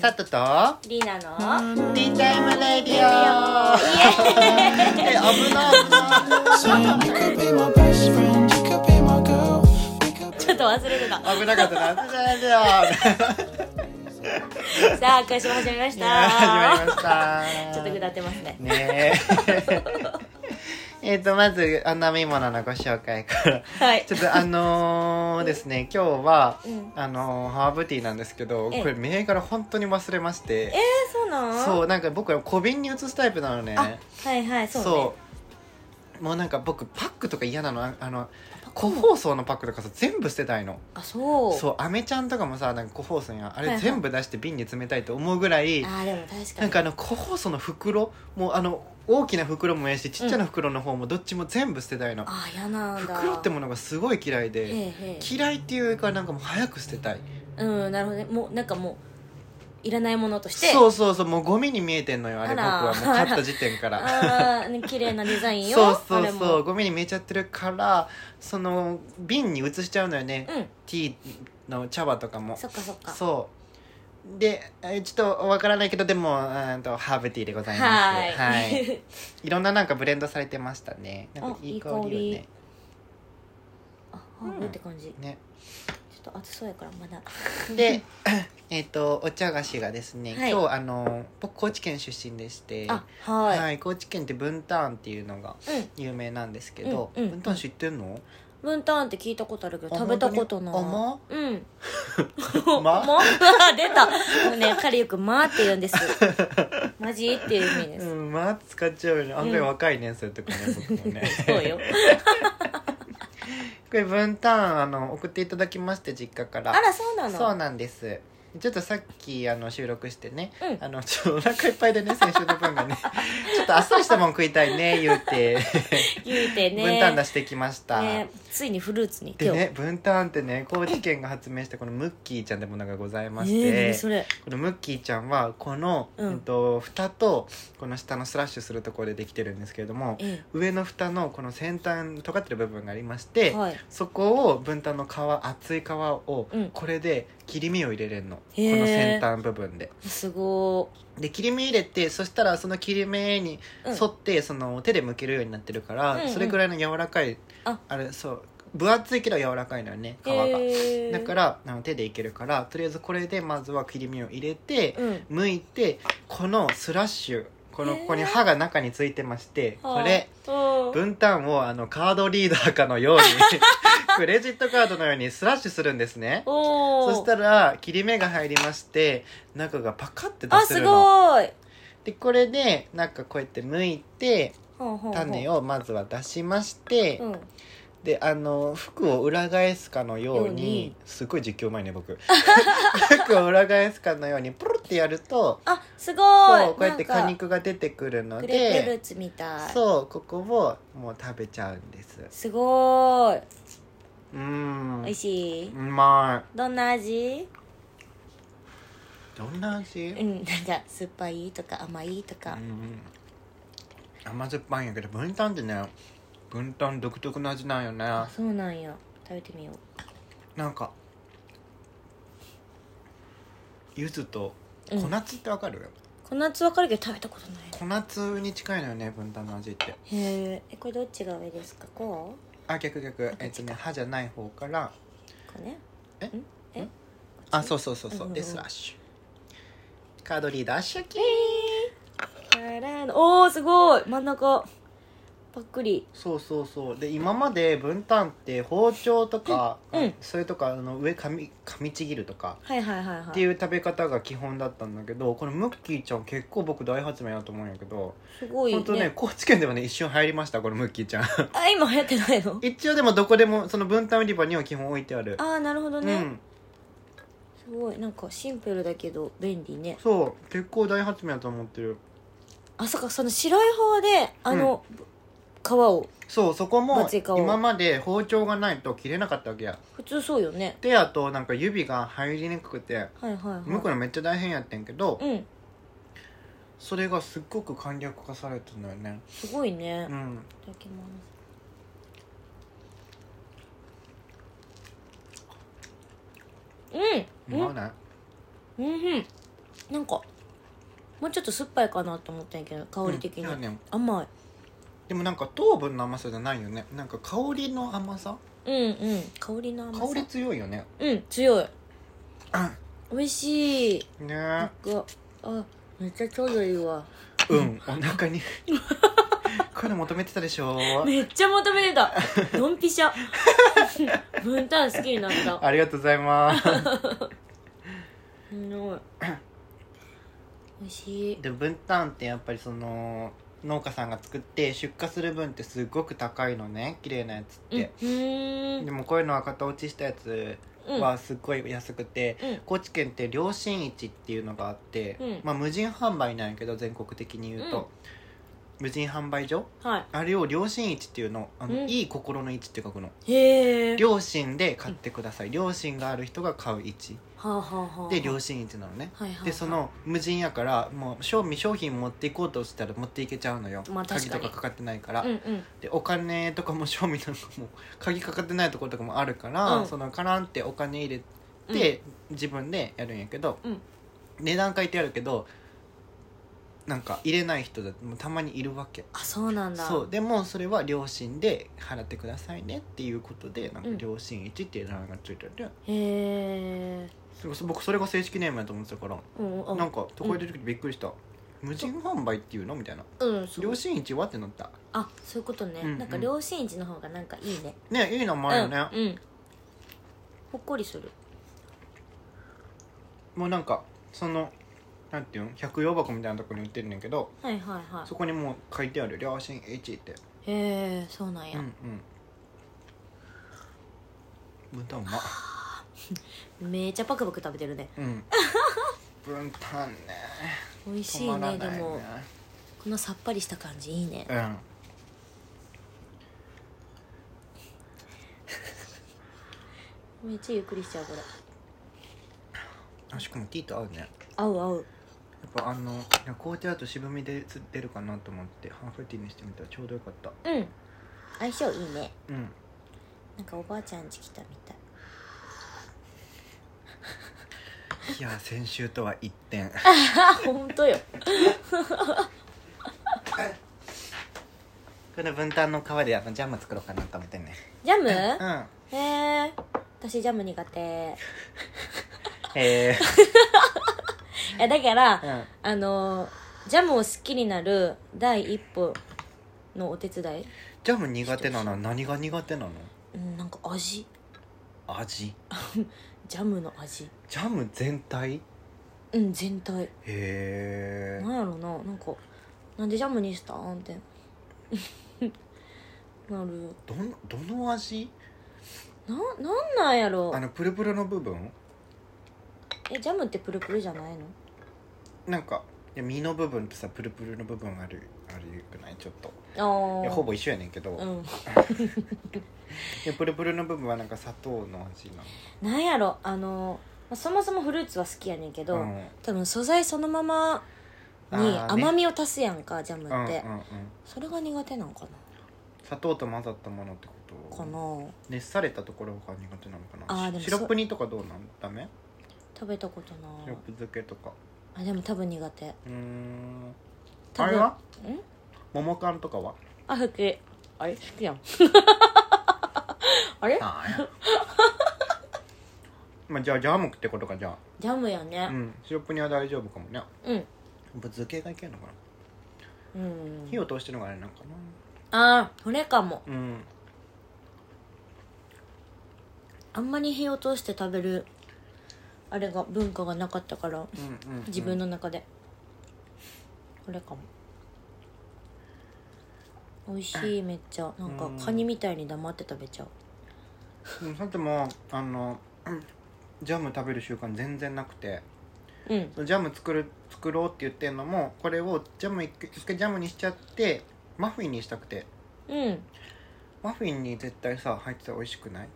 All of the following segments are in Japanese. カットとリーナのティータイムレディオ え危な危な Saying you could be my best friend, you could be my girl. We could be ちょっと忘れて た危なかった な危ないよさあ今週も始めましいや始またりましたちょっと下ってますねねえ えっとまずあの飲み物のご紹介からはいちょっとあのーですね今日は、うんあのーハーブティーなんですけどええこれ銘柄本当に忘れましえてー、そうなんそうなんか僕は小瓶に移すタイプなのねあはいはいそうねそうもうなんか僕パックとか嫌なのああの個包装のパックとかさ全部捨てたいのあそうそうアメちゃんとかもさなんか個包装やんあはいれはい全部出して瓶に詰めたいと思うぐらい、あーでも確かになんかあの個包装の袋もうあの大きな袋もええしちっちゃな袋の方もどっちも全部捨てたいの、あー嫌なんだ袋ってものがすごい嫌いへでえへ嫌いっていうかなんかもう早く捨てたいえうんなるほどねもうなんかもういらないものとしてそううそうそうもうゴミに見えてんのよあれあ僕らはもう買った時点から あーね綺麗なデザインをそうそあうれもそうゴミに見えちゃってるからその瓶に移しちゃうのよね、うんティーの茶葉とかもそっかそっかそうでえちょっとわからないけどでもうーんとハーブティーでございますはいい、いろんななんかブレンドされてましたねなんかあいいいい香香りりよね あハーブって感じ、ちょねっと暑そうやからまだで えっとお茶菓子がですね、はい今日あの僕高知県出身でしてあはい、高知県って文旦っていうのがうん有名なんですけど、うんうん文旦知ってんのブンタンって聞いたことあるけどあ食べたことない本うんうま もう出たもうね彼よく「ま」って言うんですマジっていう意味でうす、ん、まあ使っちゃうよね。案外若いね、そういうとこね、僕もね。 そうよこれ分担、あの、送っていただきまして、実家から。あらそうなのそうなんです。ちょっとさっき、あの、収録してね、うんあの、ちょっとお腹いっぱい でね、先週の分がね、ちょっとあっさりしたもん食いたいね、言うて、言うてね分担出してきました。ねついにフルーツにで手をね、分担ってね、高知県が発明したこのムッキーちゃんってものがございましえーて、何それこのムッキーちゃんは、この、うんうんと、蓋と、この下のスラッシュするところでできてるんですけれども、え上の蓋のこの先端尖ってる部分がありまして、えはいそこを分担の皮厚い皮をうんこれで切り身を入れれるの、へーこの先端部分ですごで切り身入れてそしたらその切り目にー、うん沿って、その手で剥けるようになってるから、うんうんそれぐらいの柔らかいあれそう分厚いけど柔らかいのよね皮が、へーだからあの手でいけるからとりあえずこれでまずは切り身を入れて、うん剥いてこのスラッシュこのへーここに刃が中についてましてこれ、はあうん分担をあのカードリーダーかのよ うにクレジットカードのようにスラッシュするんですねおそーしたら切り目が入りまして中がパカって出あせするのごいでこれでなんかこうやって剥いてほうほうほう種をまずは出しまして、うんであの服を裏返すかのようにようにすごい実況前ね 僕服を裏返すかのようにポロってやるとあすごいこうこうやってなんか果肉が出てくるのグレープフルでーツみたいそうここをもう食べちゃうんですすごーいうん美味しいうまどんな味いどんな味、うんなんか酸っぱいとか甘いとかうん甘酸っぱいんやけど分担ってね分担独特の味なんよねあそうなんや食べてみようなんか柚子とうん小夏ってわかる、この夏わかるけど食べたことない小夏に近いのよね分担の味ってへーえこれどっちが上ですかこあ逆逆えっとね歯じゃない方からうこうねえんえあそうそうそうそううんうんうんでスラッシュカードリーダーシャキーからのおーすごい真ん中パックリそうそうそうで今まで分担って包丁とか、うんうんそれとかあの上噛み噛みちぎるとかはいはいはいはっいていう食べ方が基本だったんだけどこのムッキーちゃん結構僕大発明だと思うんやけどすごい本当ね高知県ではね一瞬入りましたこのムッキーちゃん あ今流行ってないの一応でもどこでもその分担売り場には基本置いてあるああなるほどうね、んすごいなんかシンプルだけど便利ねそう結構大発明だと思ってるあそっかその白い方であの、皮をそうそこもマジか今まで包丁がないと切れなかったわけや普通そうよねであとなんか指が入りにくくてはいはいはいむくのめっちゃ大変やってんけど、うんそれがすっごく簡略化されてるのよねすごいね、ういんただきますうんうまないうんうんなんかもうちょっと酸っぱいかなと思ったんやけど香り的に、うんいやね甘いでもなんか糖分の甘さじゃないよねなんか香りの甘さうんうん香りの甘さ香り強いよねうん強い美味しいねなんえかあめっちゃちょうどいいわうんお腹 にこれ求めてたでしょめっちゃ求めてたドンピ シャ分担好きになったありがとうございますすごい美味しいで分担ってやっぱりその農家さんが作って出荷する分ってすごく高いのね綺麗なやつっうんて、うーんでもこういうのは型落ちしたやつうんはすっごい安くて、うん高知県って良心市っていうのがあって、うんまあ、無人販売なんやけど全国的に言うと、無人販売所はあれを良心市っていうのあの、うんいい心の市って書くのいへえ良心で買ってください、良心がある人が買う市はあはあはあで良心市なのね、はいはいはいでその無人やからもう賞味商品持っていこうとしたら持っていけちゃうのよ、まあ鍵確かとにかかかってないから、うんうんでお金とかも賞味なんかも 鍵かかってないところとかもあるから、うんそのカランってお金入れて、自分でやるんやけど、うん値段書いてあるけどなんか入れない人だってもうたまにいるわけあそうなんだそうでもそれは良心で払ってくださいねっていうことでなんかうん良心一っていう名前がついてて、へえそそ僕それが正式ネームやと思ってたからうんうんなんか都会出てきてびっくりした、無人販売っていうのみたいなうんそう良心一はってなったあそういうことね、うんうんなんか両親寺の方がなんかいいねねいい名前よね、うん、うん、ほっこりするもうなんかそのなんていうん百葉箱みたいなところに売ってるんだけどはいはいはそこにもう書いてある「良心一」っていへえそうなんうや、んうん分担うまっめっちゃパクパク食べてるねうん 分担ね美味しい止まねらないでねもこのさっぱりした感じいいねうんめっちゃゆっくりしちゃうこれあしかもティーと合うねやっ合う合うぱあの紅茶だと渋みでつ出るかなと思ってハーフティーにしてみたらちょうどよかったうん相性いいねうんなんかおばあちゃん家来たみたいいや先週とは一 点あ本当よこの分担の皮であのジャム作ろうかなと思ってねジャムうんへえ私ジャム苦手へえいやだから、うんあのジャムを好きになる第一歩のお手伝い、ジャム苦手なのは何が苦手なのうん、なんか味味ジャムの味ジャム全体うん全体へなんやろななんかなんでジャムにしたんって なるどんどの味ななんなんやろあのプルプルの部分えジャムってプルプルじゃないのなんかいや身の部分とさプルプルの部分あるあるくないちょっとああいやほぼ一緒やねんけど、うんでプルプルの部分はなんか砂糖の味ななんやろあのまあそもそもフルーツは好きやねんけど、のうん多分素材そのままにあーね甘みを足すやんか、ジャムうんって、うんうんそれが苦手なんか砂糖と混ざったものってこなとかな熱されたところが苦手なのかなあーでもシロップ煮とかどうなんダメ食べたことシなロッいプ漬けとかあでも多分苦手うーん多あ分れはん桃缶とかはあ好きあれ好きや んあれ まあじゃあジャムってことかじゃジャムやあうねんシロップ煮は大丈夫かもねうん漬けがいけんのかな、うん火を通してるのがあれなんかあーそれかもなうんあんまり火を通して食べるあれが文化がなかったからうんうん、うん、自分の中で、これかも美味しいめっちゃなんかうんカニみたいに黙って食べちゃううんさてもあのうんジャム食べる習慣全然なくてうんジャム作る作ろうって言ってんのもこれをジャム一回一回ジャムにしちゃってマフィンにしたくてうんマフィンに絶対さ入ってたら美味しくない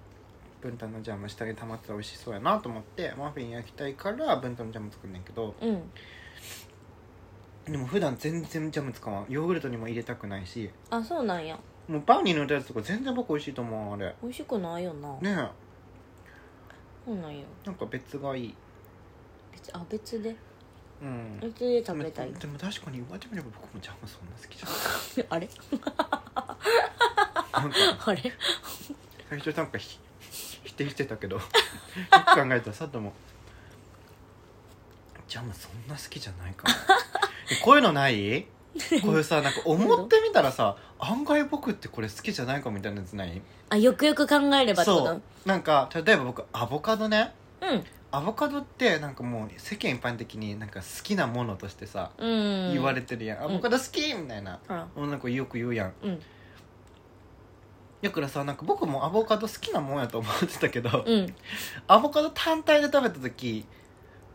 分担のジャム下に溜まってたら美味しそうやなと思ってマフィン焼きたいから分担のジャム作んねんけどうんでも普段全然ジャム使わんヨーグルトにも入れたくないしあそうなんやもうパンに塗ったやつとか全然僕美味しいと思うあれ美味しくないよな、ねえそうなんやなんか別がいい別あ別でうんうちで食べたいでもでも確かに言われてみれば僕もジャムそんな好きじゃあれ ないなんかあれ最初なんかひ否定してたけどよく考えたら佐藤もジャムそんな好きじゃないかもえこういうのないこういうさなんか思ってみたらさ案外僕ってこれ好きじゃないかもみたいなやつないあよくよく考えればってこそとうなんか例えば僕アボカドねうんアボカドってなんかもう世間一般的になんか好きなものとしてさ、うん言われてるやんアボカド好きみたいな、あもうなんかよく言うやんうんだからさなんか僕もアボカド好きなもんやと思ってたけど、 うんアボカド単体で食べた時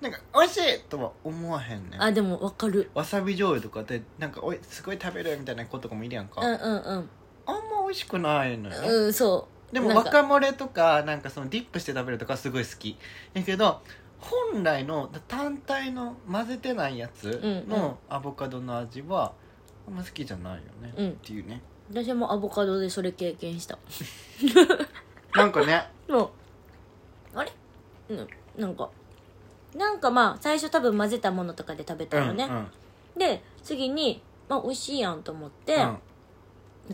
なんか美味しいとは思わへんねあんでもわかるわさび醤油とかでなんかおいすごい食べるみたいな子とかもいるやんか、うんあんうんま美味しくないのよ、うんうんそうでもなんか若漏れとかなんかそのディップして食べるとかすごい好きやけど本来の単体の混ぜてないやつうんうんのアボカドの味はあんま好きじゃないよね、うんっていうね私もアボカドでそれ経験したなんかねもうあれうんなんかなんかまあ最初多分混ぜたものとかで食べたのね、うんうんで次にまあ美味しいやんと思って、うん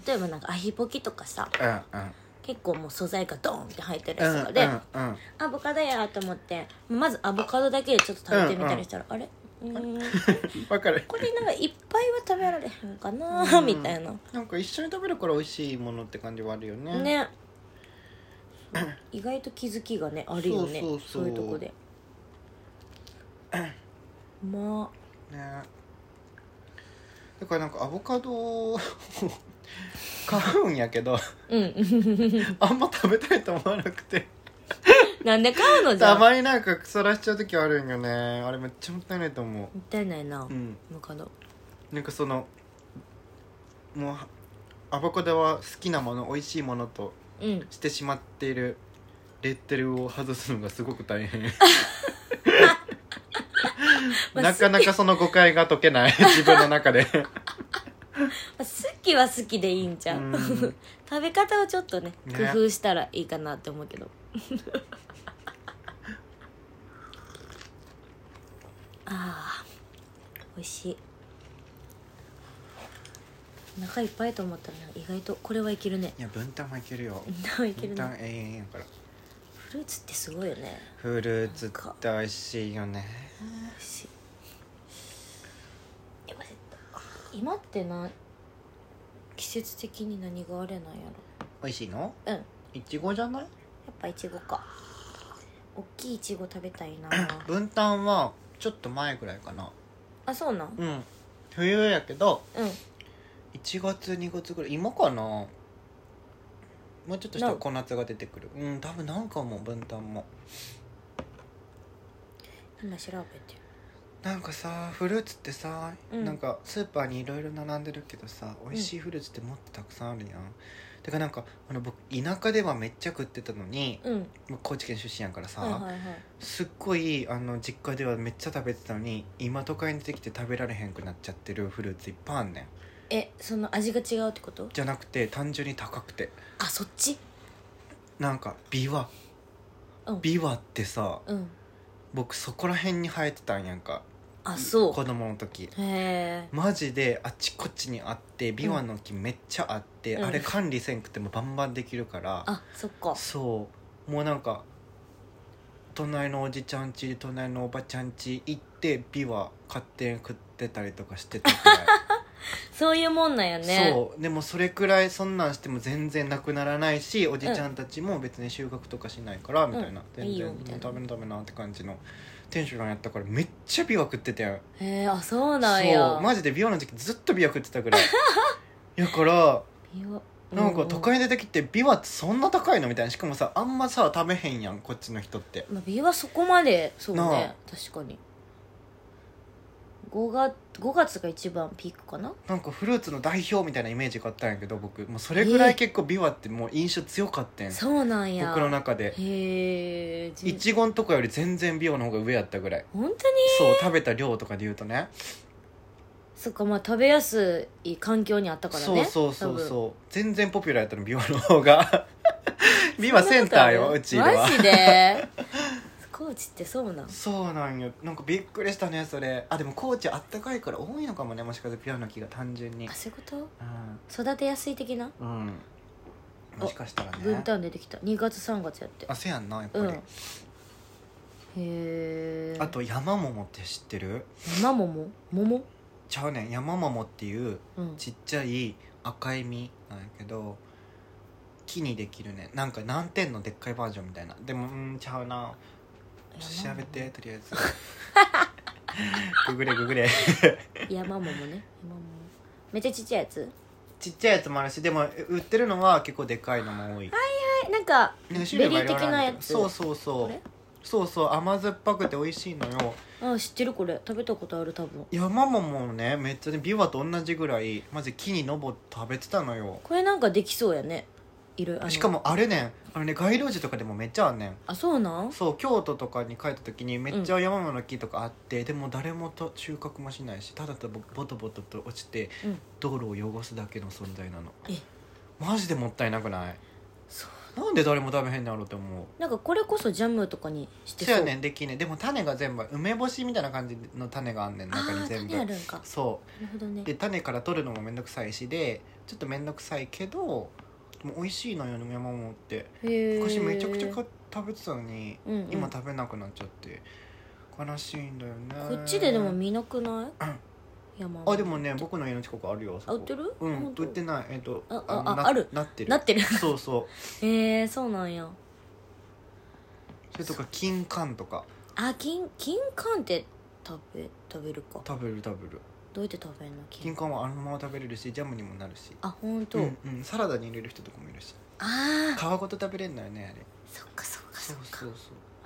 例えばなんかアヒポキとかさうん結構もう素材がドーンって入ってるうやんつとかで、うんうんアボカドやと思ってまずアボカドだけでちょっと食べてみたりしたら、あれうーんわかるこれなんかいっぱいは食べられへんかな、うん みたいななんか一緒に食べるから美味しいものって感じはあるよねね意外と気づきがねあるよねそそうそううそういうとこでまねだからなんかアボカドを 買うんやけどあうん あんま食べたいと思わなくてなんで買うのじゃたあもっまになんか腐らしちゃう時あるんよねあれめっちゃもったいないと思たいないな、ううんアボカドなんかそのもうアボカドは好きなもの美味しいものとうんしてしまっているレッテルを外すのがすごく大 変なかなかその誤解が解け ない自分の中で好きは好きでいいんじゃん、うん 食べ方をちょっとねね工夫したらいいかなって思うけど ああ美味しいお腹いっぱいと思ったら意外とこれはいけるねいや分担はいけるよお腹 いける分担ね永遠やからフルーツってすごいよねフルーツって美味しいよね美味しいやばい今ってな季節的に何があれなんや美味しいのろうんいちごじゃないやっぱいちごか大きいいちご食べたい な分担はちょっと前ぐらいかなあそうなんうん冬やけどう1月2月ぐらい今かなもうちょっとしたら小夏が出てくるうん多分なんかも分担もん今調べてなんかさフルーツってさ、うんなんかスーパーにいろいろ並んでるけどさ美味しいフルーツってもっとたくさんあるやん、てかなんかあの僕田舎ではめっちゃ食ってたのにるうん僕高知県出身やからさ、はいはいはいすっごいあの実家ではめっちゃ食べてたのに今都会に出てきて食べられへんくなっちゃってるフルーツいっぱいあんねんえその味が違うってことじゃなくて単純に高くてあそっちなんかビワうんビワってさうん僕そこら辺に生えてたんやんかあそ子供の時うへえマジであっちこっちにあってビワの木めっちゃあって、うんあれ管理せんくてもバンバンできるから、あそっかそうもうなんか隣のおじちゃんち隣のおばちゃんち行ってビワ買って食ってたりとかしてたくらいそういうもんなんや ねそうでもそれくらいそんなんしても全然なくならないしおじちゃんたちも別に収穫とかしないからみたいな、うん全いい然よもみたいうなダメなダメなって感じのテンションやったからめっちゃビワ食ってたよへえあそうなんやマジでビワの時期ずっとビワ食ってたぐら いだからいやなんうかう都会に出てきてビワってそんな高いのみたいなしかもさあんまさ食べへんやんこっちの人ってまあ、美はそこまでそうなね確かに5月 ,5 月が一番ピークかななんかフルーツの代表みたいなイメージがあったんやけど僕もうそれぐらい結構ビワってもう印象強かったん、そうなんや僕の中でへえいちごんとかより全然ビワの方が上やったぐらい本当にそう食べた量とかで言うとねそっかまあ食べやすい環境にあったからそうねそうそううそう全然ポピュラーやった のビワの方がビワセンターようちでは マジでそ高知ってそうなんそうなんよなんかびっくりしたねそれあでも高知あったかいから多いのかもねもしかしてピュアの木が単純にあそういうこうんと育てやすい的なうんもしかしたら分ね担出てきた2月3月やってあせやんなやっぱうり、んへえあと山桃って知ってる生桃桃ちゃうねん山桃っていううんちっちゃい赤い実なんやけど木にできるねなんか難点のでっかいバージョンみたいなでもうんちゃうなちょっと調べてとりあえずググれググ れ山桃ね山桃めっちゃちっちゃいやつちっちゃいやつもあるしでも売ってるのは結構でかいのも多い、えなんかねベリー的なやつそうそうそこれうそうそう甘酸っぱくて美味しいのよあ知ってるこれ食べたことある多分山桃もねめっちゃねビワと同じぐらいまず木に登って食べてたのよこれなんかできそうやねいるあのしかもあれねんあのね街路樹とかでもめっちゃあんねんあそうなんそう京都とかに帰った時にめっちゃ山桃の木とかあって、でも誰もと収穫もしないしただただボトボトと落ちて、うん道路を汚すだけの存在なのえマジでもったいなくないそなんで誰も食べへんのやろって思うなんかこれこそジャムとかにしてそうそうやねんできんねんでも種が全部梅干しみたいな感じの種があんねん中あにあ全部種あるんかそうなるほどねで種から取るのもめんどくさいしでちょっとめんどくさいけどでも美味しいのよね山桃ってへえ昔めちゃくちゃ買っ食べてたのに、うんうん今食べなくなっちゃって悲しいんだよねこっちででも見なくない、山あでもね僕の家の近くあるよあ売ってるうん本当売ってないえっとああのあなあるなってるなってる そうそうへえそうなんやそれと か金柑とかあ金金柑って食べ食べるか食べる食べるどうやって食べるの金金柑はあのまま食べれるしジャムにもなるしあ本当、んうん、サラダに入れる人とかもいるしああ皮ごと食べれるのよねあれそっかそっかそそうっかそうそう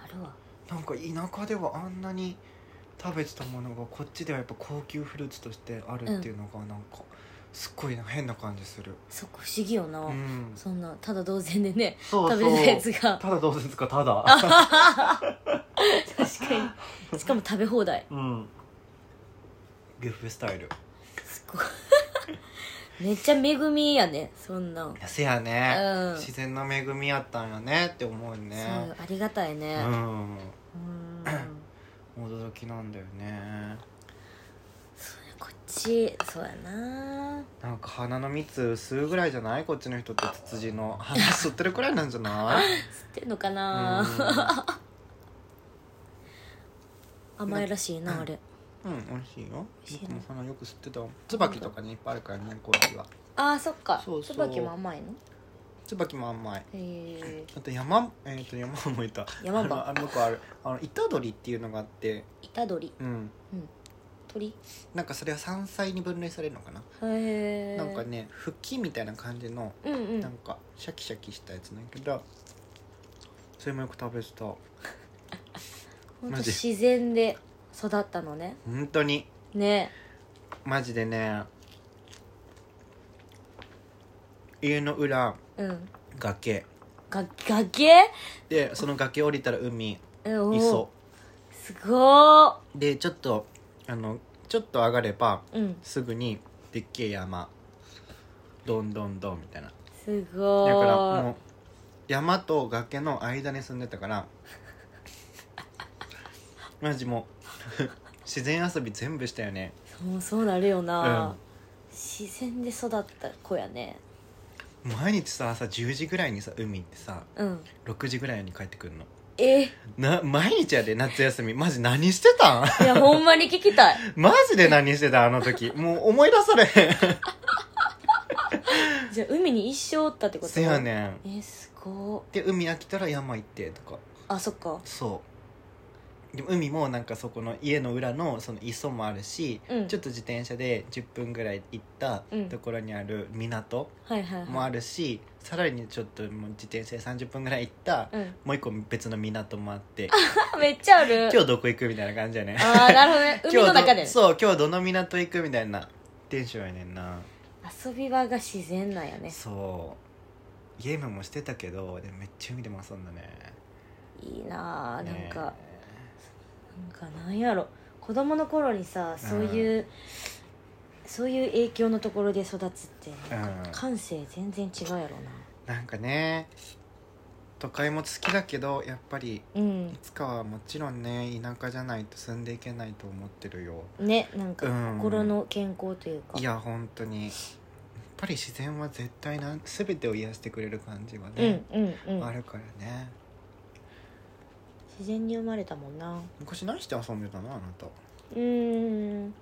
あるわなんか田舎ではあんなに食べてたものがこっちではやっぱ高級フルーツとしてあるっていうのがなんかすっごいなんか変な感じする、そっか不思議よな、うん、そんなただ同然でねそう食べてたやつがただどうですかただ確かにしかも食べ放題うんビュッフェスタイルすごい めっちゃ恵みやねそんなん、せやね、うん自然の恵みやったんやねって思うそうねありがたいうねんうん 驚きなんだよねこっちそうやななんか花の蜜薄いぐらいじゃないこっちの人ってツツジの花吸ってるくらいなんじゃない吸ってんのかな、う甘いらしいなあれん、うん、美味しいよ美味しいね僕も花よく吸ってたわ椿とかにいっぱいあるからねコーヒーはあーそっかそうそう椿も甘いの椿も甘いへえあと山えっ、と山もいた山もあのあ の子あるあの虎取っていうのがあって虎取うん鳥へなんかそれは山菜に分類されるのかな、えなんかね茎みたいな感じのうんうんなんかシャキシャキしたやつなんやけどそれもよく食べてたほんとマジ自然で育ったのね本当にねマジでね家の裏うん崖が崖でその崖降りたら海うんおー磯すごーでちょっとあのちょっと上がればうんすぐにでっけえ山どんどんどんみたいなだかすごーいらもう山と崖の間に住んでたから マジもう 自然遊び全部したよねそうそうなるよな、うん自然で育った子やね毎日さ朝10時ぐらいにさ海行ってさうん6時ぐらいに帰ってくるのえいな毎日やで夏休みマジ何してたん やほんまに聞きたい マジで何してたあの時もう思い出されへんじゃあ海に一生おったってことせやねんえすごーで海飽きたら山行ってとかあそっかそうでも海もなんかそこの家の裏のその磯もあるし、うんちょっと自転車で10分ぐらい行ったうんところにある港はいはいはいもあるし、さらにちょっともう自転車で30分ぐらい行った、うんもう一個別の港もあってあめっちゃある今日どこ行くみたいな感じやねああなるほどね海 今日のど中でそう今日どの港行くみたいなテンションやねんな遊び場が自然なんやねそうゲームもしてたけどでもめっちゃ海でも遊んだねいいなあなんねか、なんかなんやろ子供の頃にさそういう、そういう影響のところで育つってなんかうん感性全然違うやろななんかね都会も好きだけどやっぱりうんいつかはもちろんね田舎じゃないと住んでいけないと思ってるよねなんかうん心の健康というかいや本当にやっぱり自然は絶対なん全てを癒してくれる感じはうんね、うんうあんるからね自然に生まれたもんな昔何して遊んでたのあなたうーん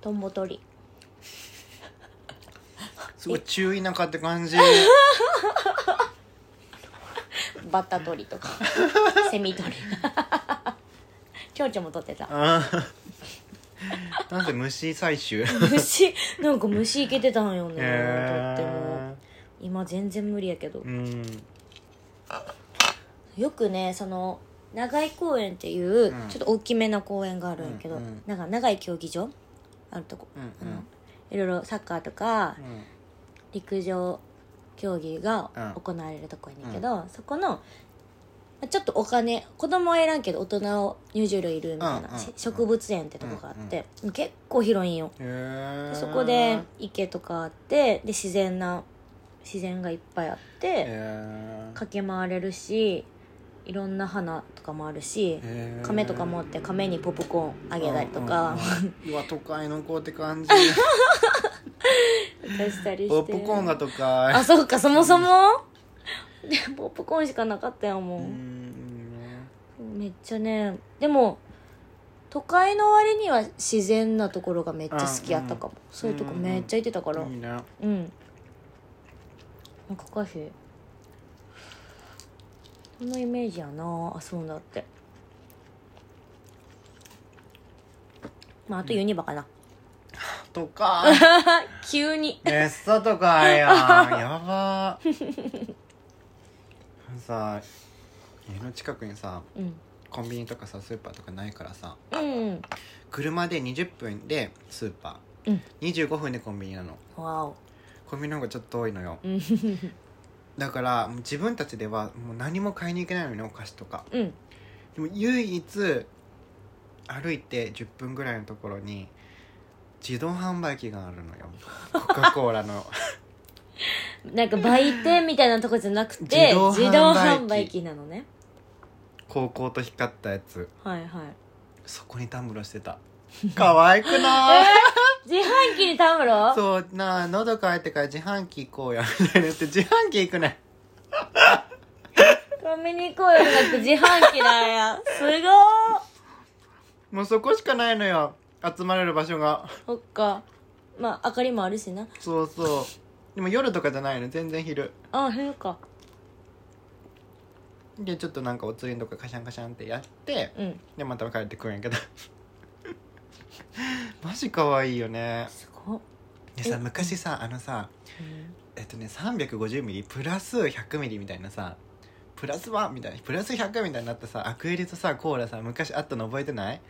トンボ取りすごい注意なかって感 じバッタ取りと かセミ取り蝶々も 取ってたあー なんで虫採集虫なんか虫いけてたんよね、へとってもー今全然無理やけどうんよくねその長井公園っていう、うんちょっと大きめな公園があるんやけど、うんうんなんか長い競技場あるとこ、うんあのいろいろサッカーとかうんうん陸上競技がうん行われるとこやねんけど、そこのまあちょっとお金子供はいらんけど大人を入場料いるみたういな、んうんうん植物園ってとこがあって、結構広いんよへーでそこで池とかあってで自然な自然がいっぱいあってへー駆け回れるしいろんな花とかもあるしへー亀とか持って亀にポップコーンあげたりとかうんうんうんうわ都会の子って感じ出したりしてポップコーンが都会あそうかそもそもでポップコーンしかなかったよもうう、んめっちゃねでも都会の割には自然なところがめっちゃ好きやったかも、そういうとこめっちゃ行ってたからういいん、ねなんかカフェそのイメージやな遊んだってまああとユニバかな、都会 急にめっさ都会やんやばさ家の近くにさうんコンビニとかさスーパーとかないからさうん車で20分でスーパー、うん25分でコンビニなのわおコンビニの方がちょっと多いのようんだからもう自分たちではもう何も買いに行けないのにお菓子とかうんでも唯一歩いて10分ぐらいのところに自動販売機があるのよコカ・コーラ のなんか売店みたいなとこじゃなくて自動販売機自動販売機なのね高校と光ったやつはいはいそこにタンブロしてた可愛くない自販機にタムロそうなあ喉乾いてから自販機行こうやみたいになって自販機行くねコンビニ行こうよりなく自販機な んや。すごもうそこしかないのよ集まれる場所がーそっか。まあ、明かりもあるしな。そうそうでも夜とかじゃないの全然昼あ、へんか。でちょっとなんかおつりんとかカシャンカシャンってやってうん。でまた帰ってくるんやけど マジ可愛いよねすごっ。でさ昔さあのさえっとね350ミリプラス100ミリみたいなさプラス1みたいなプラス100みたいになったさアクエリとさコーラさ昔あったの覚えてない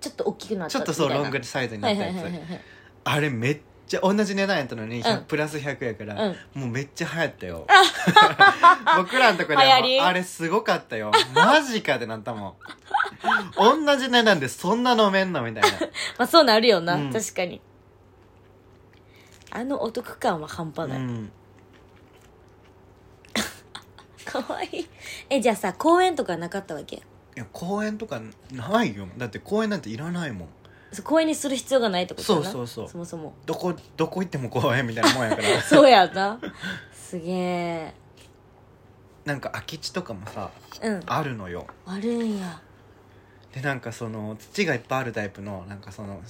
ちょっと大きくなったちょっとそうみたいロなングサイズにはなっいたはやいつ、はいはいはい。あれめっちゃ同じ値段やったのに、100うんプラス100やから、うんもうめっちゃ流行ったよ 僕らのとこでも流行りあれすごかったよマジかってなったもん同じ値段でそんな飲めんのみたいまあ、 そうなるよな。うん確かに。あのお得感は半端な、なうい。ん、かわいい。え、じゃあさ、公園とかなかったわけいや公園とかないよだって公園なんていらないもんそう公園にする必要がないってことだなそうそうそうそもそも。どこどこ行っても公園みたいなもんや からそうやな。すげえ。なんか空き地とかもさうん。あるのよあるんや。でなんかその土がいっぱいあるタイプのなんかその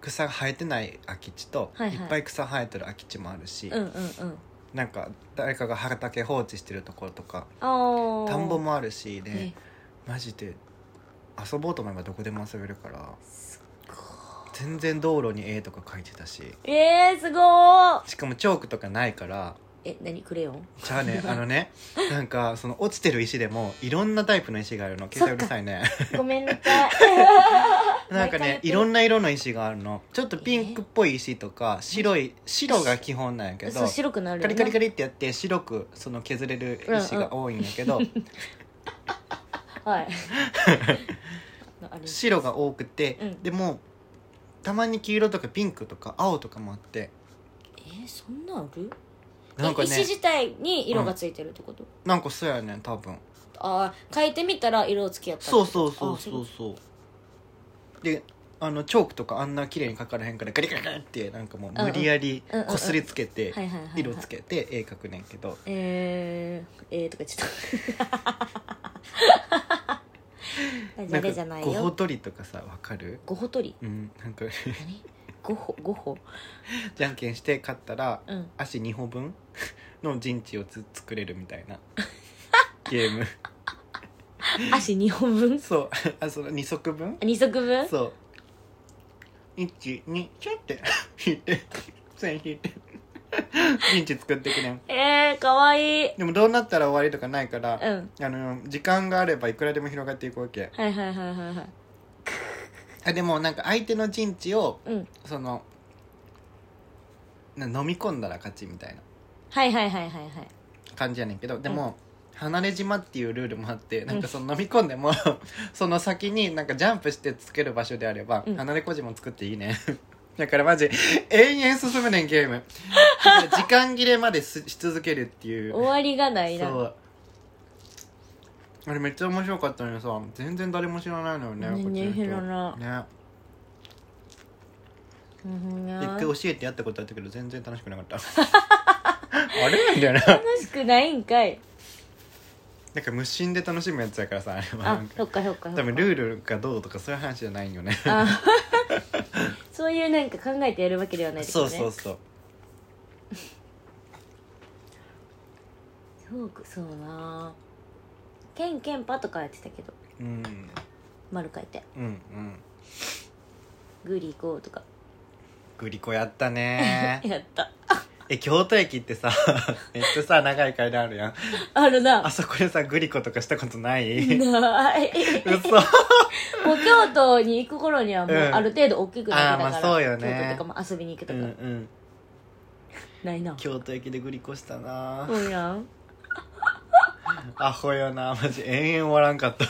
草が生えてない空き地と、はいいはいっぱい草生えてる空き地もあるし、うんうんうん。なんか誰かが畑放置してるところとかああ。田んぼもあるしで、えマジで遊ぼうと思えばどこでも遊べるからごい全然道路に絵とか描いてたしえー、すごーしかもチョークとかないからえ何クレヨンじゃあねあのねなんかその落ちてる石でもいろんなタイプの石があるの携帯うるさいね ごめんなさいなんかねいろんな色の石があるのちょっとピンクっぽい石とか白い白が基本なんやけどそう白くなるカリカリカリリってやって白くその削れる石が多いんやけど、 はいあれ白が多くて、うんでもたまに黄色とかピンクとか青とかもあってえー、そんなんあるなんかね石自体に色がついてるってこと、なんかそうやねん多分ああ書いてみたら色をつけやったってそこうとそうそうあいそうこそうであのチョークとかあんな綺麗に描からへんからガリガリガリってなんかもう無理やりうんうんこすりつけとてはいはいはい、はい、色つけて絵描くねんけどえー、えー、とかちょ な っとあんかれじゃないゴホよトリとかさわかるごほとりうんなんか 何ごほごほじゃんけんして勝ったらうん足2歩分 の陣地をつ作れるみた いなゲーム足2本 分そうあその2足分2足分そう12ちょって引いて線引いて陣地作ってくれんえー、かわいいでもどうなったら終わりとかないかうら、んあの時間があればいくらでも広がっていくわけはいはいはいはいはいあでもなんか相手の陣地をうんそのな飲み込んだら勝ちみたいなはいはいはいはいはい感じやねんけどでも、離れ島っていうルールもあってなんかその飲み込んでも その先になんかジャンプしてつける場所であれば、うん離れ小島作っていいね だからマジ永遠進むねんゲー ムだから時間切れまですし続けるっていう終わりがないなそうあれめっちゃ面白かったのにさ全然誰も知らないのよね全然知らないねうん一や回教楽えてやったことあったけど全然楽しくなかった あれなんだ よなしくないんかいなんか無心で楽しむやつやからさあれはなあんかそっかそっかそっ多か分ルールがどうとかそういう話じゃないよねあそういうなんか考えてやるわけではないですそようねそうそうそうかそうなケンケンパとかやってたけどうん丸書いてうんうんグリゴーとかグリコやった ねやったえ京都駅ってさ めっちゃさ長い階段あるやんあるなあそこでさグリコとかしたこと ない ない嘘もう京都に行く頃にはもううんある程度大きくなってたあーまかあら、そうよね京都っていうかまあ遊びに行くうとんか、うんないな京都駅でグリコしたなそうやんアホよなマジ延々終わらんかった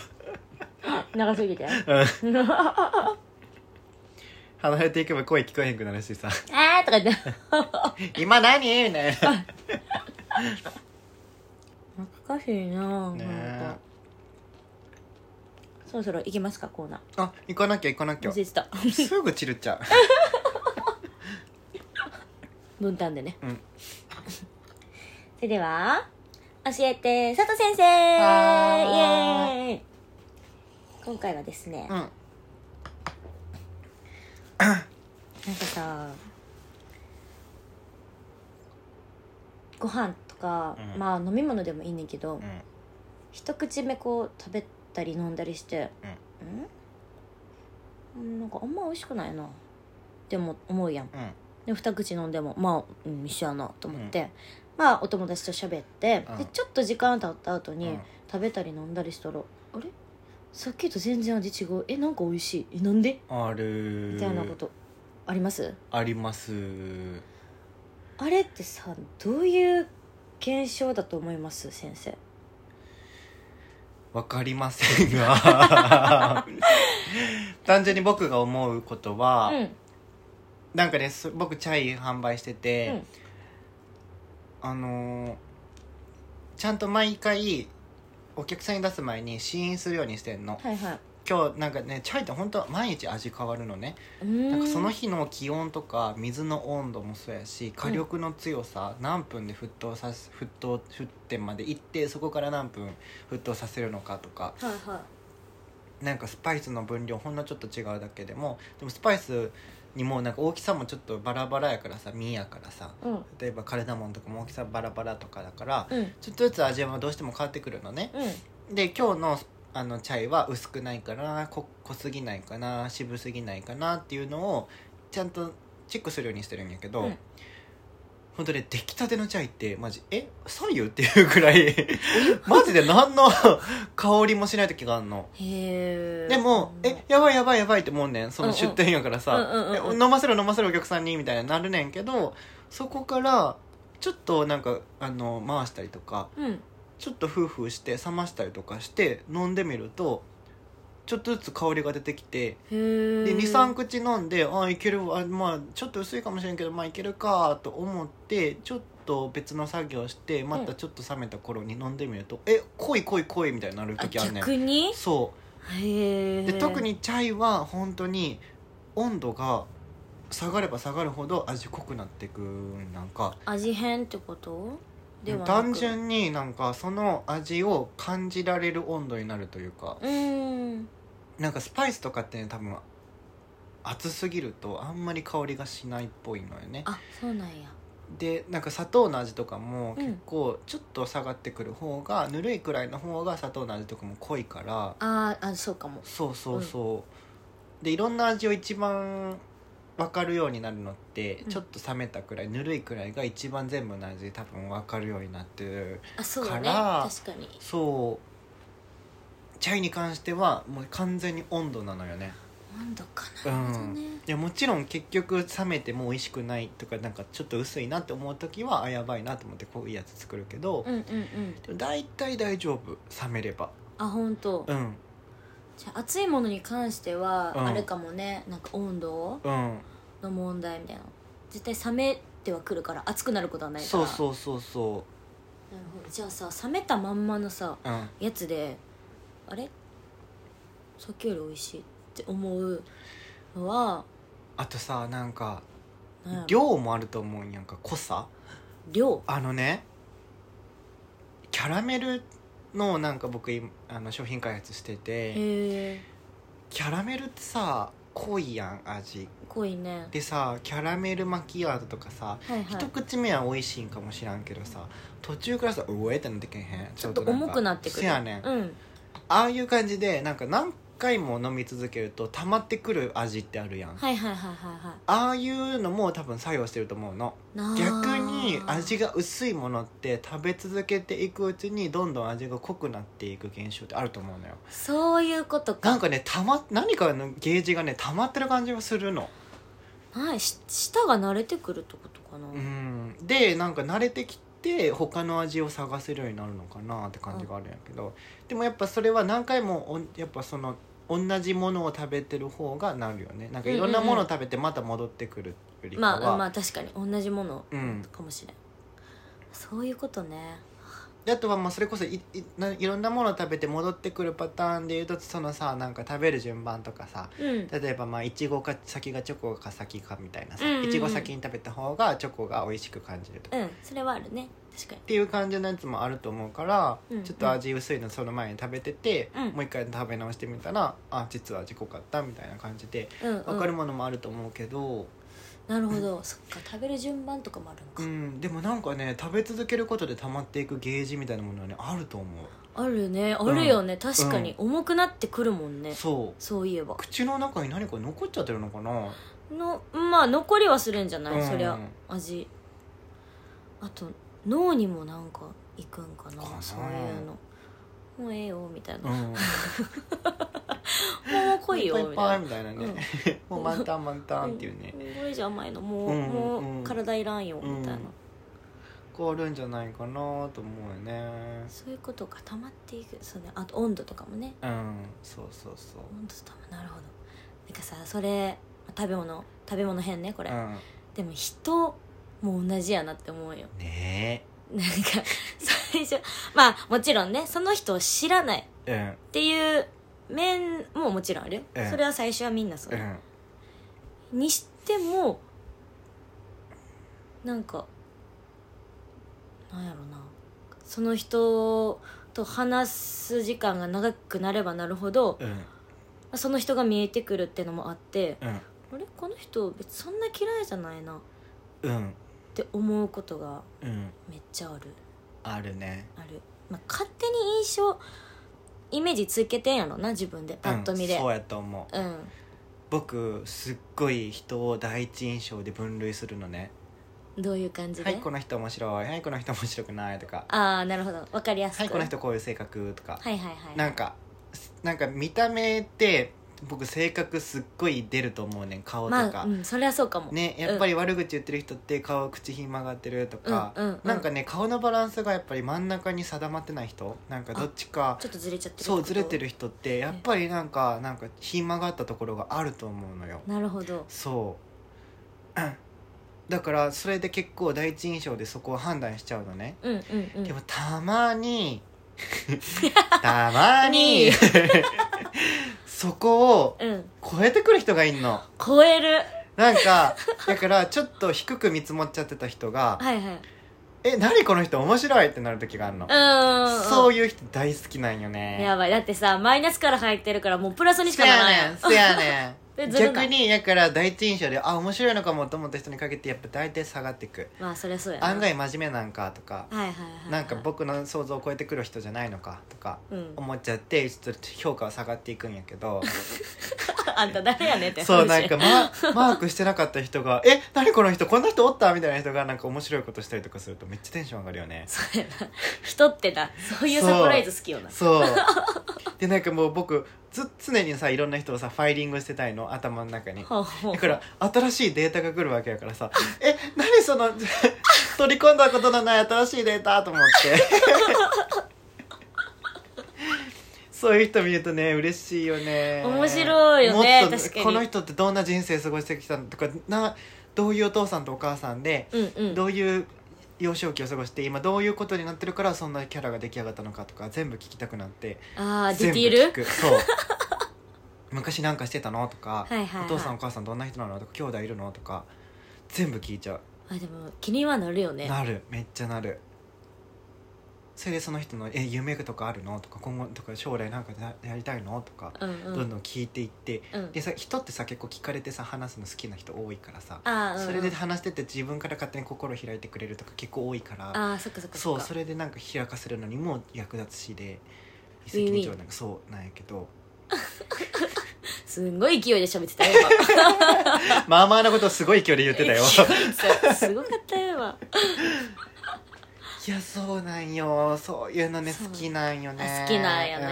長すぎ てうんあ離れていけば声聞こえへんくなるしさーと か言って「今何?」みたいなね懐かしいな、えなんかそろそろ行きますかコーナあ行かなきゃ行かなきーゃ忘れてたすぐ散るっちゃう 分担でね、うん それでは教えて佐藤先生はイエーイ今回はですね、うんなんかさご飯とか、うんまあ飲み物でもいいねんけど、うん一口目こう食べたり飲んだりしてうん、うん、なんかあんま美味しくないなって思思うやんうんで二口飲んでもまあ、うん、一緒やなと思って、まあお友達と喋って、うんでちょっと時間経った後に、うん食べたり飲んだりしたらあれさっきと全然味違うえなんか美味しいえなんであるみたいなことありますありますあれってさどういう現象だと思います先生わかりません が単純に僕が思うことは、うんなんかねす僕チャイ販売してうてん、あのーちゃんと毎回お客さんに出す前に試飲するようにしてんのはいはい今日なんかねチャイって本当は毎日味変わるのねうーんなんかその日の気温とか水の温度もそうやし火力の強さ、何分で沸騰させ沸騰沸点まで行ってそこから何分沸騰させるのかとかはいはなんかスパイスの分量ほんのちょっと違うだけでもでもスパイスにもなんか大きさもちょっとバラバラやからさ身やからさいうん例えばカルダモンとかも大きさバラバラとかだからうんちょっとずつ味はどうしても変わってくるのねうんで今日のあのチャイは薄くないかなこ濃すぎないかな渋すぎないかなっていうのをちゃんとチェックするようにしてるんやけど、うん本当ね出来たてのチャイってマジえ左右っていうくらいマジで何の 香りもしない時があるの。へえでも、え、やばいやばいやばいってもんねん、その出店やからさ、うんうんうんうんうんえ飲ませろ飲ませろお客さんにみたいになるねんけど、そこから、ちょっとなんか、あの、回したりとか、うんちょっとフーフーして冷ましたりとかして飲んでみるとちょっとずつ香りが出てきてへえで23口飲んであいけるわあまあちょっと薄いかもしれんけどまあいけるかと思ってちょっと別の作業してまたちょっと冷めた頃に飲んでみると「え濃い濃い濃い」みたいになるあ時あるねん逆にそへうでえ特にチャイは本当に温度が下がれば下がるほど味濃くなってくなんか味変ってことではなく単純になんかその味を感じられる温度になるというかうんなんかスパイスとかってね多分熱すぎるとあんまり香りがしないっぽいのよねあそうなんやでなんか砂糖の味とかもうん結構ちょっと下がってくる方が、ぬるいくらいの方が砂糖の味とかも濃いからあーあそうかもそうそうそう、でいろんな味を一番分かるようになるのって、うんちょっと冷めたくらいぬるいくらいが一番全部の味多分分かるようになってるあそうだかねら確かにそうチャイに関してはもう完全に温度なのよね温度かうななるほどんね、いやもちろん結局冷めてもう美味しくないとかなんかちょっと薄いなって思う時はあやばいなと思ってこういうやつ作るけど、うんうんうんでも大体大丈夫冷めればあ本当。うんじゃあ熱いものに関しては、うんあれかもねなんか温度うんの問題みたいな絶対冷めてはくるから熱くなることはないかそらうそうそうそなるほどじゃあさ冷めたまんまのさううんやつであれさっきより美味しいって思うのはあとさなんかなんやろ量もあると思うんやんか濃さ量あのねキャラメルのなんか僕今あの商品開発してへてえキャラメルってさ濃いやん味濃いねでさキャラメルマキアートとかさはいは一い口目は美味しいんかもしらんけどさ途中からさ「うえ」ってなってけへんちょっとなんか重くなってくるせやねん、あうんあいう感じでなんか何回も飲み続けると溜まってくる味ってあるやん、はいはいはいはいはああいうのも多分作用してると思うのいなあ逆に味が薄いものって食べ続けていくうちにどんどん味が濃くなっていく現象ってあると思うのよそういうことかなんかねたま何かのゲージがね溜まってる感じがするのはいし舌が慣れてくるってことかな、うんでなんか慣れてきて他の味を探せるようになるのかなって感じがあるんやけど、でもやっぱそれは何回もおんやっぱその同じものを食べてる方がなるよねなんかいろんなものを食べてまた戻ってくるよりかは、まあまあ確かに同じものうんかもしれん、そういうことねであとはまあそれこそいいないろんなものを食べて戻ってくるパターンでいうとそのさなんか食べる順番とかさうん例えばまあいちごか先がチョコか先かみたいなさうんうんういんちご先に食べた方がチョコが美味しく感じるとかうんそれはあるね確かにっていう感じのやつもあると思うから、うんちょっと味薄いのその前に食べてて、うんもう一回食べ直してみたらあ実は味濃かったみたいな感じでうん、うん、分かるものもあると思うけど、なるほど、そっか食べる順番とかもあるのうか、んでもなんかね食べ続けることで溜まっていくゲージみたいなものはねあると思あるねあるよね、確かに、重くなってくるもう、んねそうそういえば口の中に何か残っちゃってるのかなのまあ残りはするんじゃない、うんそりゃ味あと脳にもなんかいくんかなかなそういうのもうええよみたいな、うもんう濃いよいっぱいみいっぱたいいみなたいなね、うん もう満タン満タンっていうね、これ以上甘いのもう,、うんうんもう体いらんよみたいな、うん変わるんじゃないかなと思うよねそういうことが溜まっていくそう、ね、あと温度とかもねうんそうそうそう温度とかもなるほどなんかさそれ食べ物食べ物変ねこれ、うんでも人も同じやなって思うよねなんか最初まあもちろんねその人を知らないっえうんていう面ももちろんあるよ、ええそれは最初はみんなそうう、んにしてもなんかなんやろなその人と話す時間が長くなればなるほどうんその人が見えてくるってのもあってうんあれこの人別にそんな嫌いじゃないなっうんて思うことがうんめっちゃあるあるねある、まあ、勝手に印象イメージつけてんやろな自分でパッと見でうん、そうやと思ううん、僕すっごい人を第一印象で分類するのねどういう感じで、はいこの人面白いはいこの人面白くないとかああなるほどわかりやすくはいこの人こういう性格とかはいはいはいなんかなんか見た目って僕性格すっごい出ると思うねん顔とまあ、かう、ん、それはそうかも、ねやっぱり悪口言ってる人って顔口ひん曲がってるとか、うんうんうんなんかね顔のバランスがやっぱり真ん中に定まってない人なんかどっちかちょっとずれちゃってるそうずれてるる人ってやっぱりなんかなんかひん曲がったところがあると思うのよ なるほどそうだからそれで結構第一印象でそこを判断しちゃうのねうんうんうんでもたま にたまにそこをうん超えてくる人がいんの超えるなんかだからちょっと低く見積もっちゃってた人がはいはい「え何この人面白い!」ってなる時があるのうんそういいう人大好きなんよねやばいだってさマイナスから入ってるからもうプラスにしそかなやらないねんそやね でんずるな逆いにやから第一印象であ面白いのかもと思った人にかけてやっぱ大体下がっていくまあそりゃそうやな案外真面目なんかとかはいはいはいはいなんか僕の想像を超えてくる人じゃないのかとかうん思っちゃってちょっと評価は下がっていくんやけ ど あんた誰やねんってそうな話んか、ママークしてなかった人が「え何この人こんな人おった?」みたいな人がなんか面白いことしたりとかするとめっちゃテンション上がるよねそうやな人ってなそういうサプライズ好きよなそう でなんかもう僕ず常にさいろんな人をさファイリングしてたいの頭の中にほうほうだから新しいデータが来るわけやからさ「え何その 取り込んだことのない新しいデータ」と思って そういう人見るとね嬉しいよね面白いよねもっと確かにこの人ってどんな人生過ごしてきたのとかなどういうお父さんとお母さんで、うんうんどういう幼少期を過ごして今どういうことになってるからそんなキャラが出来上がったのかとか全部聞きたくなってああディ全テ部ィー聞ルくそう 昔なんかしてたのとか、はいはいはいお父さんお母さんどんな人なのとか兄弟いるのとか全部聞いちゃう、あでも気にはなるよねなるめっちゃなるそれでその人の「え夢とかあるの?」とか「今後とか将来なんかなやりたいの?」とか、うんうんどんどん聞いていってうんでさ人ってさ結構聞かれてさ話すの好きな人多いからさあーうんうんそれで話してて自分から勝手に心開いてくれるとか結構多いからああそっかそっかそっうかそれでなんか開かせるのにも役立つしで一ウィ石ンウィン二鳥なんかそうなんやけどすんごい勢いで喋って たよ今まあまあなことすごい勢いで言ってたよ勢いすごかったよ今いやそうなんよそういうのねそう好きなんよ ね好きなんよね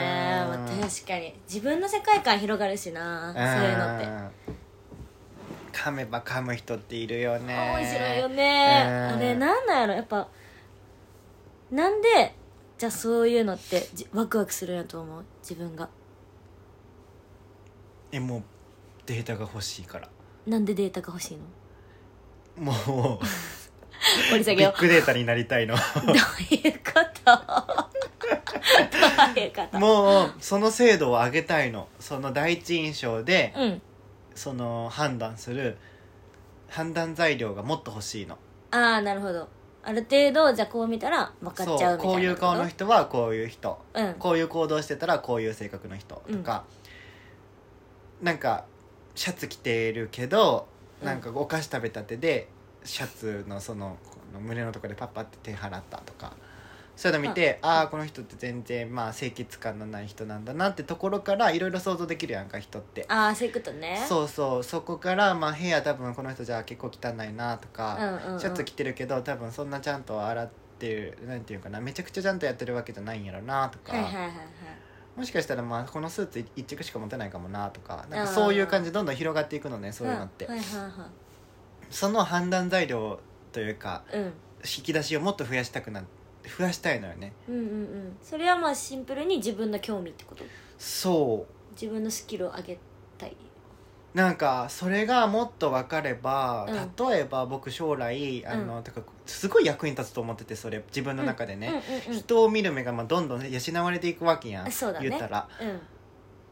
まあ確かに自分の世界観広がるしなそういうのってて噛めば噛む人っているよね面白いよね、うんあれなんなんやろやっぱなんでじゃあそういうのってじワクワクするんやと思う自分がえもうデータが欲しいからなんでデータが 欲しいもの掘りう下ビげよッうグデータになりたい のどういうことどういうこともうその精度を上げたいのその第一印象で、うんその判断する判断材料がもっと欲しいのああなるほどある程度じゃあこう見たら分かっちゃうみたいそなうこういう顔の人はこういう人、うんこういう行動してたらこういう性格の人とか、なんかシャツ着てるけどなんかお菓子食べたてでシャツのそのこの胸のところでパッパって手払ったとかそういうの見て、ああこの人って全然まあ清潔感のない人なんだなってところからいろいろ想像できるやんか人ってああそういうことねうそうそうそこから、まあ、部屋多分この人じゃあ結構汚いなとうんか、うんうんシャツ着てるけど多分そんなちゃんと洗ってるなんていうかなめちゃくちゃちゃんとやってるわけじゃないんやろなとか、はいはいはいはいもしかしたらまあこのスーツ一着しか持てないかもなとかなんかあーそういう感じでどんどん広がっていくのねそういうのって、はいはいはその判断材料というかいうん引き出しをもっと増やしたくな増やしたいのよねうんうんうんそれはまあシンプルに自分の興味ってことそう自分のスキルを上げたいなんかそれがもっと分かれば、うん例えば僕将来あの、てかすごい役に立つと思っててそれ自分の中でね、うんうんうん人を見る目がまあどんどんね養われていくわけやんそうだね言ったらうん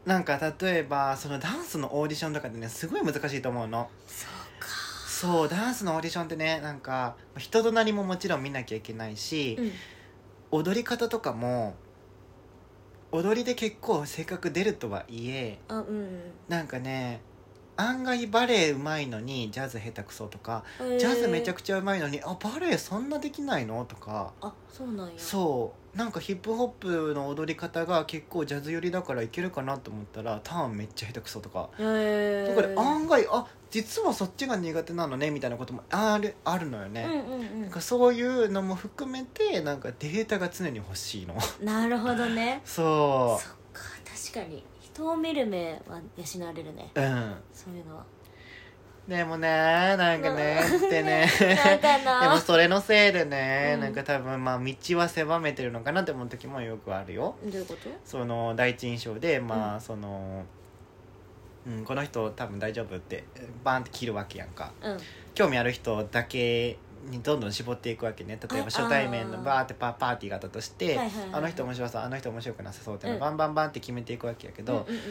なんか例えばそのダンスのオーディションとかでねすごい難しいと思うのそうかそうダンスのオーディションってねなんか人となりももちろん見なきゃいけないし、うん踊り方とかも踊りで結構性格出るとはいえあうんなんかね案外バレエうまいのにジャズ下手くそとかうんジャズめちゃくちくちゃうまいのにあバレエそんなできないのとかゃあそうなんやそうなんかヒップホップの踊り方が結構ジャズ寄りだからいけるかなと思ったらターンめっちゃ下手くそとかへえだから案外あ実はそっちが苦手なのねみたいなこともあるあるのようね、んうんうなんんかそういうのも含めてなんかデータが常に欲しいの なるほどねそそっか確かに人を見る目は養われるねううんそういう のはでもねなんかねって ねなんかでもなそれのせいでね、うんなんか多分まあ道は狭めてるのかなって思う時もよくあるよどういうことその第一印象でまあその、うん、この人多分大丈夫ってバンって切るわけやんかうん興味ある人だけにどんどん絞っていくわけね例えばあ初対面あのーバーってパパーティーがあったとして、はいはいはいあの人面白そうあの人面白くなさそうっていうのうバンんバンバンって決めていくわけやけど、うんうん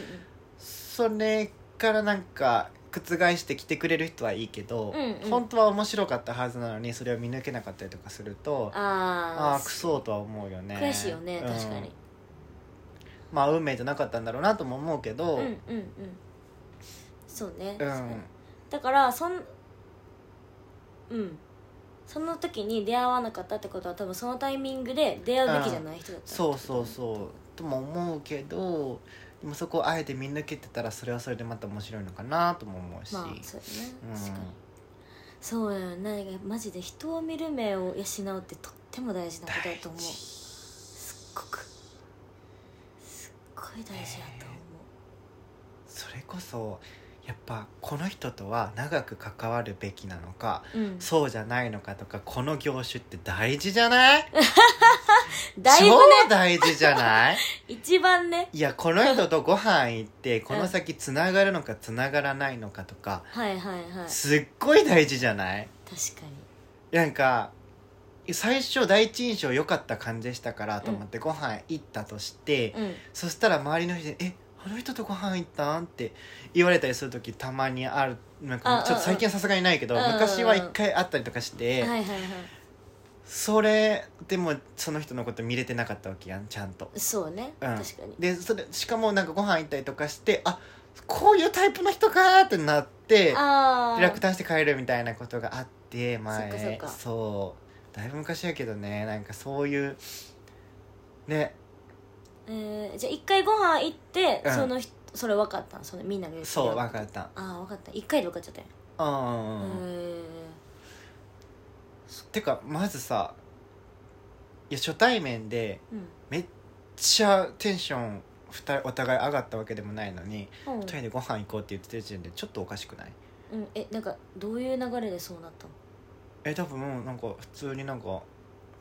それからなんか覆してきてくれる人はいいけど、うんうん本当は面白かったはずなのにそれを見抜けなかったりとかするとうんあああークソとは思うよね悔しいよねうん確かにまあ運命じゃなかったんだろうなとも思うけどうんうんうんそうね、うん確かにだからそんうんその時に出会わなかったってことは多分そのタイミングで出会うべきじゃない人だったそうそうそうとも思うけどでもそこをあえて見抜けてたらそれはそれでまた面白いのかなとも思うし、まあそうやねうん確かにそうやねなんかマジで人を見る目を養うってとっても大事なことだと思う大すっごくすっごい大事やと思それこそやっぱこの人とは長く関わるべきなのかう、うん、そうじゃないのかとかこの業種って大事じゃないだいぶね超大事じゃない 一番ねいやこの人とご飯行ってこの先つながるのかつながらないのかとかはいはいはい確かすっごい大事じゃないになんか最初第一印象良かった感じでしたからと思ってご飯行ったとして、うんそしたら周りの人に「えあの人とご飯行ったん?」って言われたりする時たまにあるなんあかちょっと最近はさすがにないけどうんうんうん昔は一回あったりとかして、はいはいはいそれでもその人のこと見れてなかったわけやんちゃんと。そうね、うん確かにでそれしかもなんかご飯行ったりとかしてあこういうタイプの人かーってなってああ落胆して帰るみたいなことがあって前そっかそっかそうだいぶ昔やけどねなんかそういうねえー、じゃあ一回ご飯行って、うんその人それ分かったんそのみんなが言ってたそう分かったああ分かった一回で分かっちゃったんやうん、へん、えてかまずさいや初対面でうんめっちゃテンションふたお互い上がったわけでもないのにうん2人でご飯行こうって言ってる時点でちょっとおかしくないうん、えなんかどういう流れでそうなったのえ多分なんか普通になんか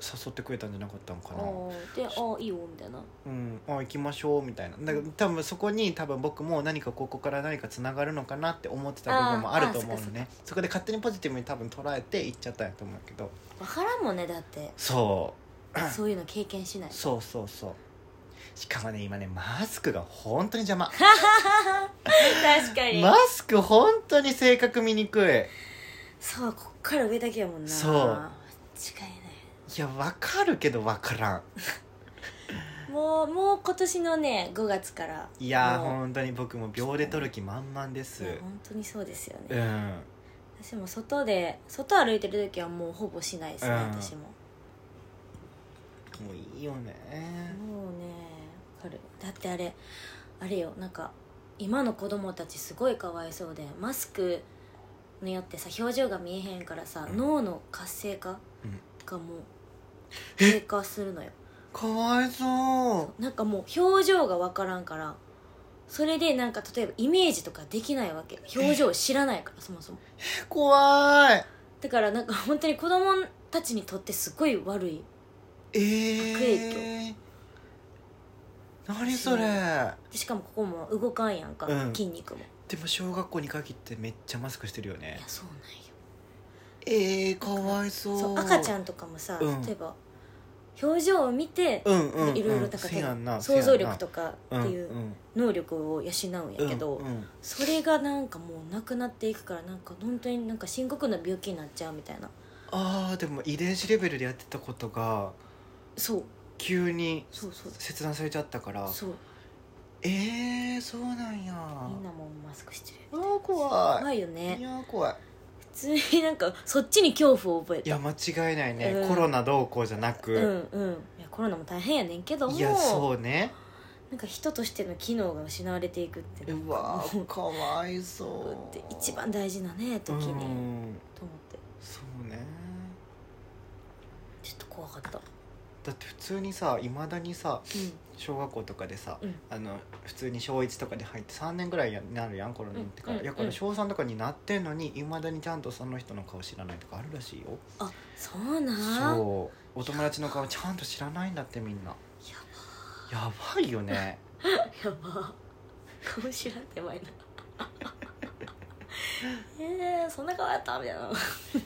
誘ってくれたんじゃなかったのかなあーで「ああいいよ」みたいなうん、あ行きましょうみたいなだから多分そこに多分僕も何かここから何かつながるのかなって思ってた部分もあると思うのねそこで勝手にポジティブに多分捉えて行っちゃったんやと思うけど分からんもんねだ ってそそういうの経 験しないうそうそうそうしかもね今ねマスクが本当に邪魔確かに、マスク本当に性格見にくいそうこっから上だけやもんなそう近いねいやわかるけどわからんもうもう今年のね5月からいやーもう本当に僕も秒で取る気満々ですいや本当にそうですようね、ん私も外で外歩いてる時はもうほぼしないですね、うん私ももういいよねもうねわかるだってあれあれよなんか今の子供たちすごいかわいそうでマスクによってさ表情が見えへんからさ、うん脳の活性化うんがもう低下するのよかわいそうなんかもう表情がわからんからそれでなんか例えばイメージとかできないわけ表情を知らないからそもそも怖いだからなんか本当に子供たちにとってすごい悪いえ悪影え何それでしかもここも動かんやんか、うん筋肉もいでも小学校に限ってめっちゃマスクしてるよねやそうなんよえー、かわいそうそう赤ちゃんんとかもさ、うん例えば表情を見て、うんうん、うん、いろいろだせやんからな想像力せとかってやんないう能力を養うんやけど、うんうんそれがなんかもうなくなっていくからなんか本当になんか深刻な病気になっちゃうみたいなあーでも遺伝子レベルでやってたことがそう急にそうそう切断されちゃったからそうえー、そうなんやみんなもうマスクしてるあー怖い怖いよいねやー怖い普通になんかそっちに恐怖を覚えいたや間違いないね、うんコロナどうこうじゃなうんく、うんいやコロナも大変やねんけどもいやそうねなんか人としての機能が失われていくってうわーかわいっそてう一番大事なね時うんに、と思ってそうねちょっと怖かっただって普通にさいまだにさう小学校とかでさ、うんあの普通に小1とかで入って3年ぐらいになるやんコロナってから、うんやかうらん小3とかになってんのにいまだにちゃんとその人の顔知らないとかあるらしいよん、あそうなんそうお友達の顔ちゃんと知らないんだってみんなやばいよねやばかもしらんってまいな えー、そんな可愛かったみたい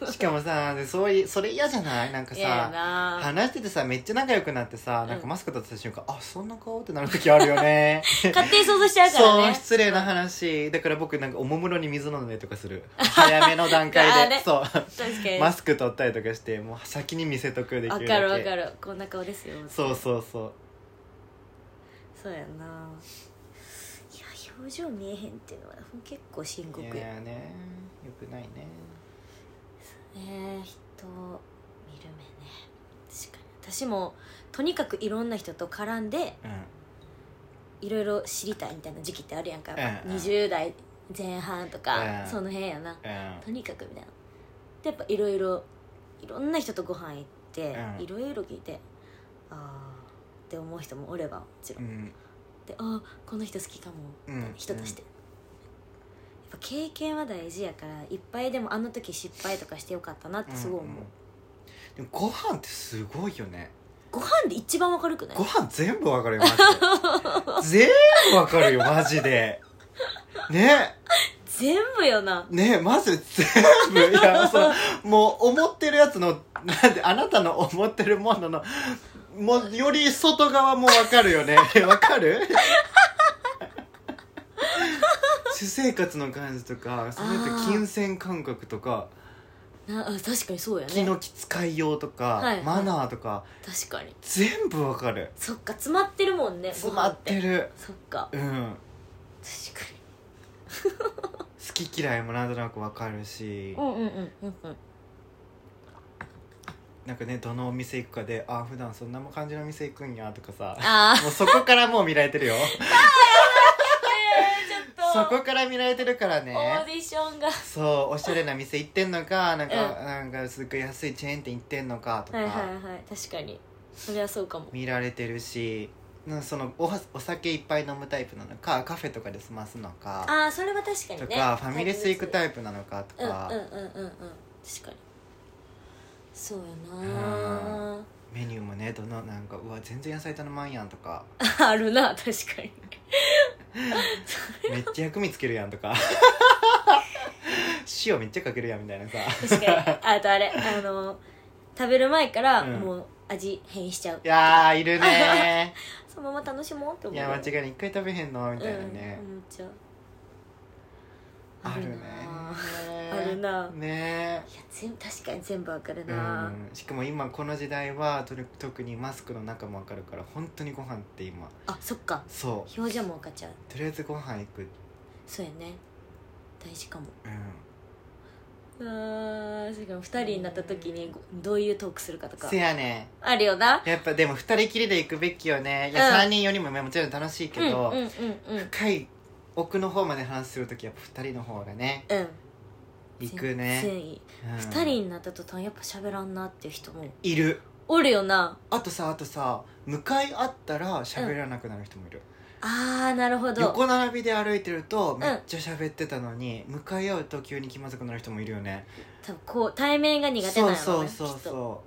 なしかもさでそういうそれ嫌じゃないなんか嫌やさな話しててさめっちゃ仲良くなってさなんうかんマスクだった瞬間、あそんな顔ってなる時あるよ ね勝手に想像しちゃうからそうね失礼な話だから僕なんかおもむろに水飲んだりとかする早めの段階 あれでそう確かにマスク取ったりとかしてもう先に見せとくできわるだけかるわかるこんな顔ですよそうそうそうそうやないや表情見えへんっていうのは結構深刻いややねーねよくないねえ人を見る目ね確かに私もとにかくいろんな人と絡んでうんいろいろ知りたいみたいな時期ってあるやんか、うんうん20代前半とか、うんその辺やなうんとにかくみたいなでやっぱいろいろいろんな人とご飯行ってうんいろいろ聞いてああって思う人もおればもちろん、うんでああこの人好きかも、うん人として、やっぱ経験は大事やからいっぱいでもあの時失敗とかしてよかったなってすごい思う、んんでもご飯ってすごいよねご飯で一番わかるくないご飯全部わかるよマ ジで全部わかるよマジでね全部よなねマジで全部いやそうもう思ってるやつのなんであなたの思ってるもののもうより外側もわかるよね わかる私生活の感じとかそれとあー金銭感覚とかなあ確かにそうや気ねの使いようとか、はいマナーとか確かに全部わかるそっか詰まってるもんねご詰ま飯ってるそっかうん確かに好き嫌いもなんとなくわかるし、うんうんうんうんうんなんかねどのお店行くかであ普段そんな感じのお店行くんやとかさああもうそこからもう見られてるよちょそっとこから見られてるからオーねディションがそうおしゃれな店行ってんのかなんか、うなんかすっごい安いチェーン店行ってんのかとか、はいはいはい確かにそれはそうかも見られてるしなそのおお酒いっぱい飲むタイプなのかカフェとかで済ますのかああそれは確かにとねか、ファミレス行くタイイプなのかとプうんうんか、うんうんうん確かにそうやなメニューもねどのなんかうわ全然野菜頼まんやんとかあるな確 かにめっちゃ薬味つけるやんと か塩めっちゃかけるやんみたいなさ確かにあとあれあの食べる前からうんもう味変しちゃういやーいるねそのまま楽しもうってー思いうや間違いない一回食べへんのみたいなねう、ん思っちゃうあるねあるなあねいや全部確かに全部わかるうな、んしかも今この時代はとに特にマスクの中もわかるから本当にご飯って今あそっかそ表情も分かっちゃううとりあえずご飯行くそうやね大事かもうんあーしかも2人になった時にごどういうトークするかとかせやねんあるよなやっぱでも2人きりで行くべきよねいうんや、3人よりももちろん楽しいけど、うんうんうんうん深い奥の方まで話する時やっぱ2人の方がねうん行く全ね、然いいうん2人になった途端やっぱ喋らんなっていう人もいるおるよなあとさあとさ向かい合ったら喋らなくなる人もいる、あーなるほど横並びで歩いてるとめっちゃ喋ってたのに、向かい合うと急に気まずくなる人もいるよね多分こう対面が苦手なんやそろううねそうそうきっとそ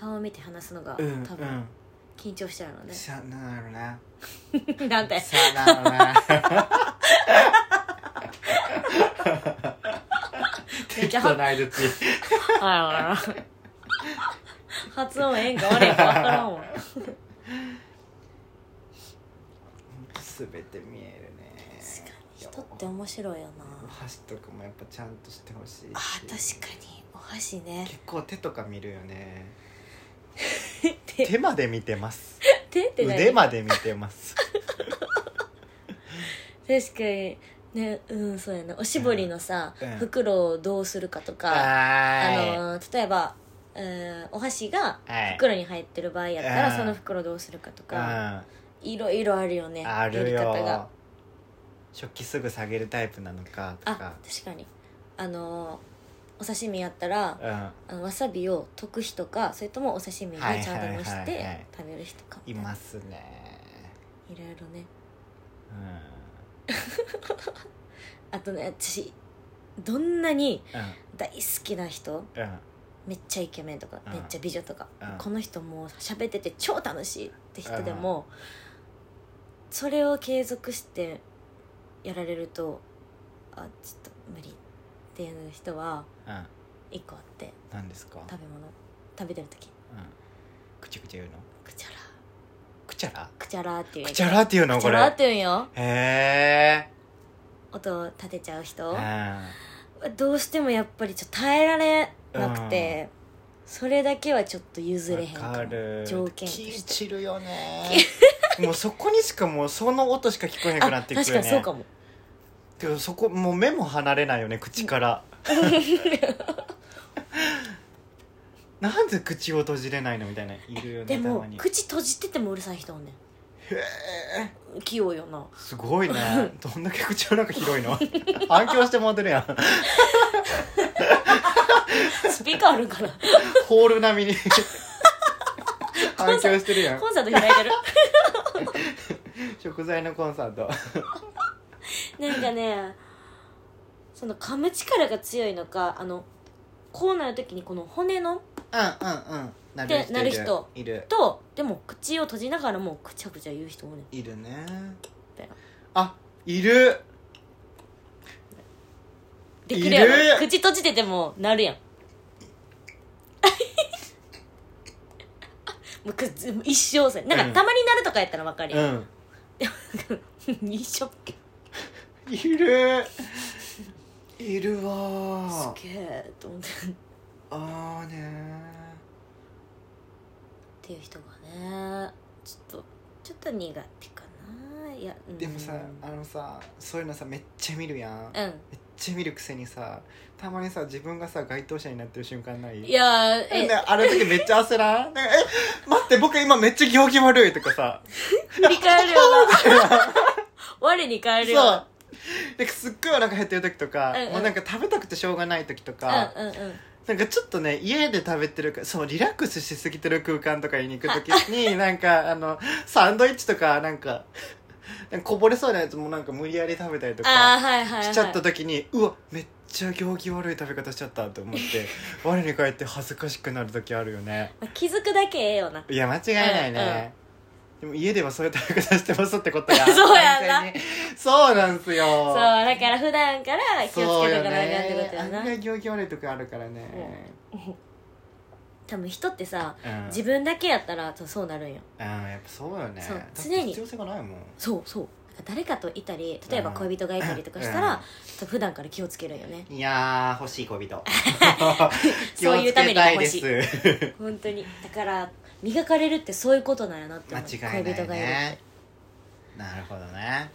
顔を見て話すのがううん多分緊張しちゃうのうんねしゃなんだろうな なんてさあなんだろうな適当な相槌あらら発音ええんか悪いんか分からんわすべて見えるね確かに 人って面白いよなお箸とかもやっぱちゃんとしてほしいしあー確かにお箸ね結構手とか見るよね 手手まで見てます 手って何腕まで見てます確かにねうんそうやなおしぼりのさ、うん袋をどうするかとか、あはのー例えば、うん、お箸がーいはい袋に入ってる場合やったら、うんその袋どうするかとうか、んいろいろあるよねあるやり方がよ食器すぐ下げるタイプなのかとあか確かにあのーお刺身やったらうんあのわさびを溶く人かそれともお刺身にちゃんはいと蒸しはいはいはてい食べる人かいみたいなますねいろいろねうあとね私どんなんにうん大好きな人うんめっちゃイケメンとか、うんめっちゃ美女とか、うんこの人もう喋ってて超楽しいって人でも、それを継続してやられるとあちょっと無理っていう人はうん一個あって何ですか、食べ物食べてる時うん、くちゃくちゃ言うのくちゃらくちゃらくちゃらっていうくちゃらっていうのくちこゃれらって言うんよへえ音を立てちゃう人うどうしてもやっぱりちょっと耐えられなくて、それだけはちょっと譲れへんんかわもかる条件と気して散るよねもうそこにしかもうその音しか聞こえなくなあっていくよね確かにそうかもけどそこもう目も離れないよね口からなんで口を閉じれないのみたいないるよねでたもまに口閉じててもうるさい人おんねん器用よなすごいねどんだけ口の中広いの反響してもらってるやんスピーカーあ るんかなホール並みに反響してるやんコンサート開いてる食材のコンサートなんかねその噛む力が強いのかあのこうなる時にこの骨のうんうんうんなる人いるなる人いるとでも口を閉じながらもうくちゃくちゃ言う人おんねんいるねだよあいるでくるやろいる口閉じててもなるやん もうく一生さなんか、うんたまになるとかやったらわかるうやん、ん 一生っけいるいるわーすげえと思ってっあーねていう人がねちょっとちょっと苦手かないや、うんーでもさあのさそういうのさめっちゃ見るやんめっうちゃ見るくせにさたまにさ自分がさ該当者になってる瞬間ないんいやーねえあれ時めっちゃ焦らんねえ待って僕今めっちゃ行儀悪いとかさ振り 返るよな我に返るよそうなんかすっごいお腹減ってる時とか、うんうんもうなんか食べたくてしょうがない時とうか、んうんうんなんかちょっとね家で食べてるかそうリラックスしすぎてる空間とかに行く時 になんかあのサンドイッチとかなんかなんかこぼれそうなやつもなんか無理やり食べたりとああかはいはい、はい、しちゃった時に、うわめっちゃ行儀悪い食べ方しちゃったと思って 我に返って恥ずかしくなる時あるよねまあ気づくだけええよないや間違いないね、でも家ではそういう食べ方してますってことや そうやな完全にそうなんすよそうだから普段から気をつけてからあかんってことや案な、外行儀悪いとこあるからね、多分人ってさうん自分だけやったらそうなるんよああやっぱそうよねそうだって常に必要性がないもんそうそう誰かといたり例えうばん恋人がいたりとかしたうらん、普段から気をつけるんよねいやー欲しい恋 人そういうためにも欲しい気をつけたいです本当にだから磨かれるってそういうことなんやなって間思う違いな恋人いがいるねなるほどね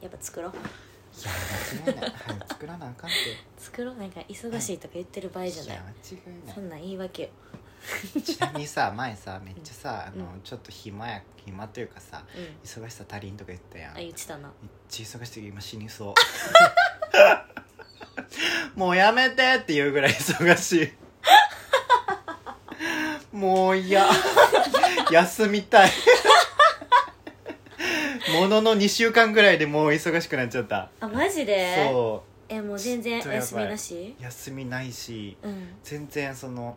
やっぱ作ろういや間違いない早く作らなあかんって作ろうなんか忙しいとか言ってる場合じゃいないや間違いないそんなん言い訳よちなみにさ前さめっちゃさあのうちょっと暇や暇というかさうん忙しさ足りんとか言ったやんあめ言っってたなちゃ忙しすぎて今死にそうもうやめてっていうぐらい忙しいもういや休みたいものの2週間ぐらいでもう忙しくなっちゃった、あマジでそえもう全然ちょっとやばい休みなしう休みないしうん全然その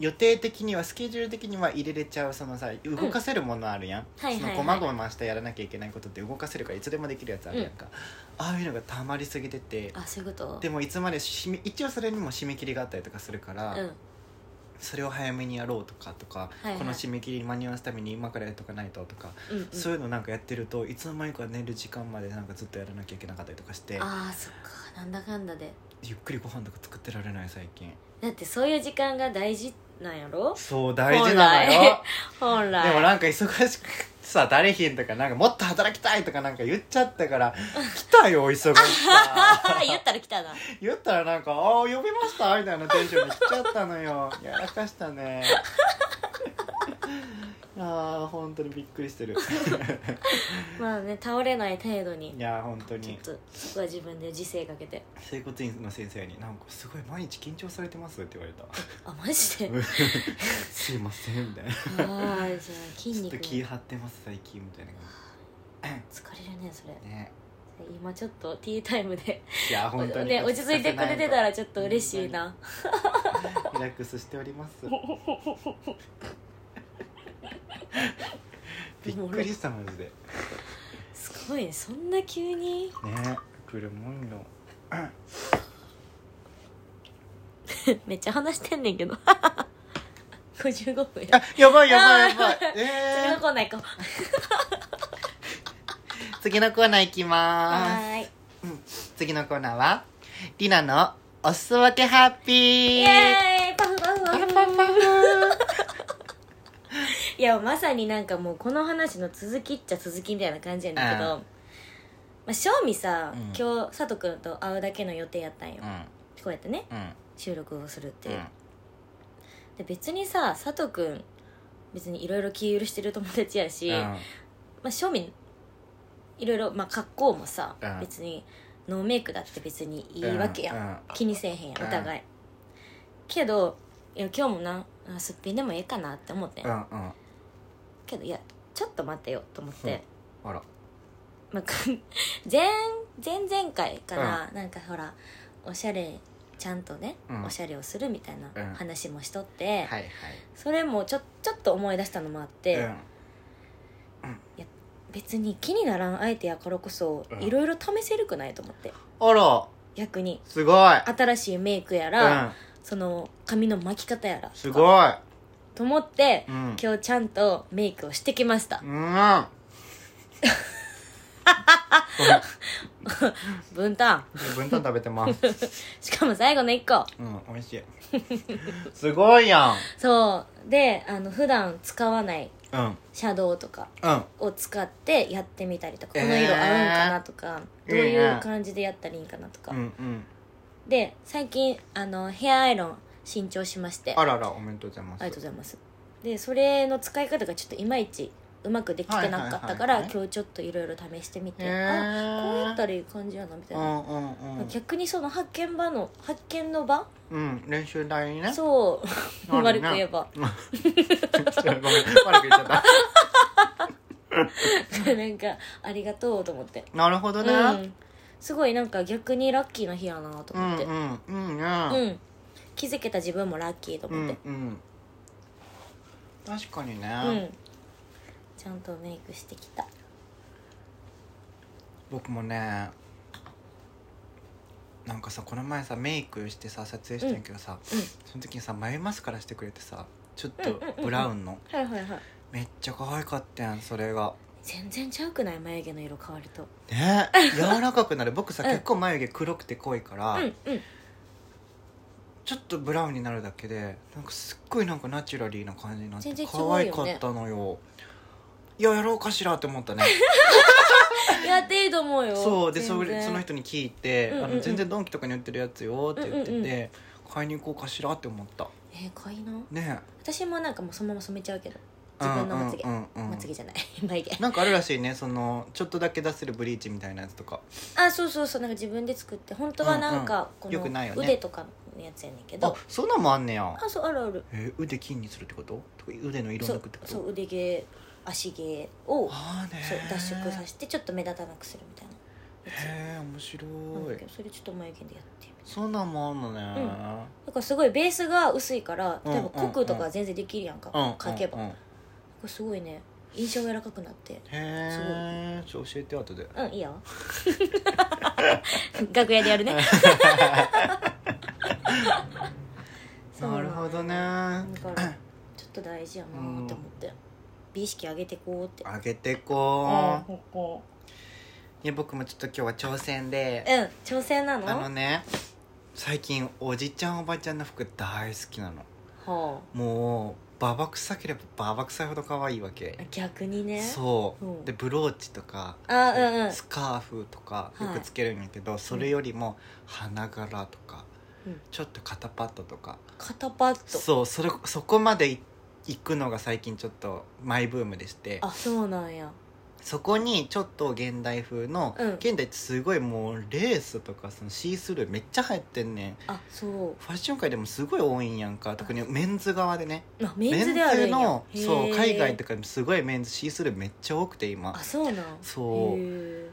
予定的にはスケジュール的には入れれちゃうそのさ動かせるものあるやん、はいはいはいそのごまごましたやらなきゃいけないことって動かせるからいつでもできるやつあるやんか、ああいうのがたまりすぎててあそういうことでもいつまで締め一応それにも締め切りがあったりとかするから、うんそれを早めにやろうとかとか、いはいこの締め切りに間に合わすために今からやっとかないととか、うんうんそういうのなんかやってるといつの間にか寝る時間までなんかずっとやらなきゃいけなかったりとかしてああそっかなんだかんだでゆっくりご飯とか作ってられない最近だってそういう時間が大事なんやろそう大事なのよ本来でもなんか忙しくさ誰ひんとかなんかもっと働きたいとかなんか言っちゃったから 来たよ忙しさ 言ったら 来たな言ったらなんか「ああ呼びました」みたいなテンションに来ちゃったの よやらかしたね ああ本当にびっくり してるまあね倒れない程度にいやー本当ちょっにとそこは自分で時世かけて整骨院の先生に「なんかすごい毎日緊張されてます」って言わ れたあマジで「すいません」みたいなああじゃあ筋ちょっ肉とも気張ってます最近みたいな感疲れるねそれじね今ちょっとティータイムでいやー本当にね落ち着いてくれてたらちょっと嬉しいな リラックスしており ます。びっくりしたマジで。すごいねそんな急に ね、来るもんよ。めっちゃ話してんねんけど 55分やあやばいやばいやばい え次ーのコーナー行こ次のコーナーいきうまはーすーい次のコーナーはりなのおすそ分けハッピーイエーイパフパフパパフフパフパフいやまさになんかもうこの話の続きっちゃ続きみたいな感じやねんだけど、うまあ、正味さ、うん今日佐藤君と会うだけの予定やったんよ、うんこうやってねうん収録をするってういう、んで別にさ佐藤君別にいろいろ気許してる友達やし、うんまあ、正味いろいろ、まあ、格好もさ、うん別にノーメイクだって別にいいわけやん、うん気にせえへんやんうんお互い、けどいや今日もなあすっぴんでもええかなって思ってん、うんうんけどいやちょっと待ってよと思って、あらまあ、くん前前々回からなんかほらおしゃれちゃんとね、うんおしゃれをするみたいうんな話もしとって、はいはいそれもちょちょっと思い出したのもあって、別に気にならん相手やからこそうんいろいろ試せるくないと思ってうんあら逆にすごい新しいメイクやら、うんその髪の巻き方やらすいごいと思って、うん今日ちゃんとメイクをしてきましたう、ん分担分担食べてます しかも最後の1個うん美味しいすごいやそうであの普段使わないんうんシャドウとかうんを使ってやってみたりとか、えーこの色合うんかなとかどういいいねう感じでやったらいいんかなとか、うんうんで最近あのヘアアイロン新調しましてあららおめでとうございますありがとうございますでそれの使い方がちょっといまいちうまくできてなかっはたから、いはいはいはい今日ちょっといろいろ試してみて、へあこうやっーたらいい感じやなみたいうな、んうんうん逆にその発見場の発見の場、うん練習台にねそうある悪ねく言えば ごめん悪く言っちゃったなんかありがとうと思って、なるほどねうん、すごいなんか逆にラッキーな日やなとう思んって、うんうんうねん気づけた自分もラッキーとう思ってんうん確かにうん、ねちゃんとメイクしてきた僕もねなんかさこの前さメイクしてさ撮影したんやけどさうんその時にさ眉マスカラしてくれてさちょっうんうんうんうとんブラウンのはいはいはいめっちゃ可愛かったやんそれが全然ちゃうくない眉毛の色変わると ね柔らかくなる僕さ、うん結構眉毛黒くて濃いから、うんうんちょっとブラウンになるだけでなんかすっごいなんかナチュラリーな感じになって全然違う可よね愛かったのよいややろうかしらって思ったねやっていいと思うよそうで全そ然れその人に聞いて、うんうんうんあの「全然ドンキとかに売ってるやつよ」って言ってて、うんうんう買いに行こうかしらって思ったえー、かわいいなね私もなんかもうそのまま染めちゃうけどうん自分のまつげうんうんうんまつげじゃない 眉毛なんかあるらしいねそのちょっとだけ出せるブリーチみたいなやつとかあそうそうそうなんか自分で作って本当はなんかうんこうんよくないよのね腕とかのやつやねんけど、あそんなんもあんねやあそうあるあるえー腕金にするってこととか腕の色そ抜うくってことそう腕毛足毛をああねそう脱色させてちょっと目立たなくするみたいなやへえ面白つなんだいけどそれちょっと眉毛でやってみるそんなんもあんのねだからすごいベースが薄いから例うんえばうんうん濃くとか全然できるやんか、うん描けば、うんうんこれすごいね印象が柔らかくなってへえちょっと教えて後でうんいいよ 楽屋で やるねそうなるほどねだからちょっと大事やなーって思って、美意識上げてこうってあげてこういや僕もちょっと今日は挑戦でうん挑戦なのあのね最近おじちゃんおばちゃんの服大好きなのはもうババ臭ければババ臭いほど可愛いわけあ逆にねそう、うんでブローチとかあうんうんスカーフとかはいよくつけるんやけど、それよりも花柄とか、うんちょっと肩パッドとか、肩パッそうそれそこまでい行くのが最近ちょっとマイブームでしてドあそうなんやそこにちょっと現代風の、うん現代ってすごいもうレースとかそのシースルーめっちゃ流行ってんねんあそうファッション界でもすごい多いんやんか特にメンズ側でねあメンズであるんやのそへうー海外とかでもすごいメンズシースルーめっちゃ多くて今あそうなんそうへ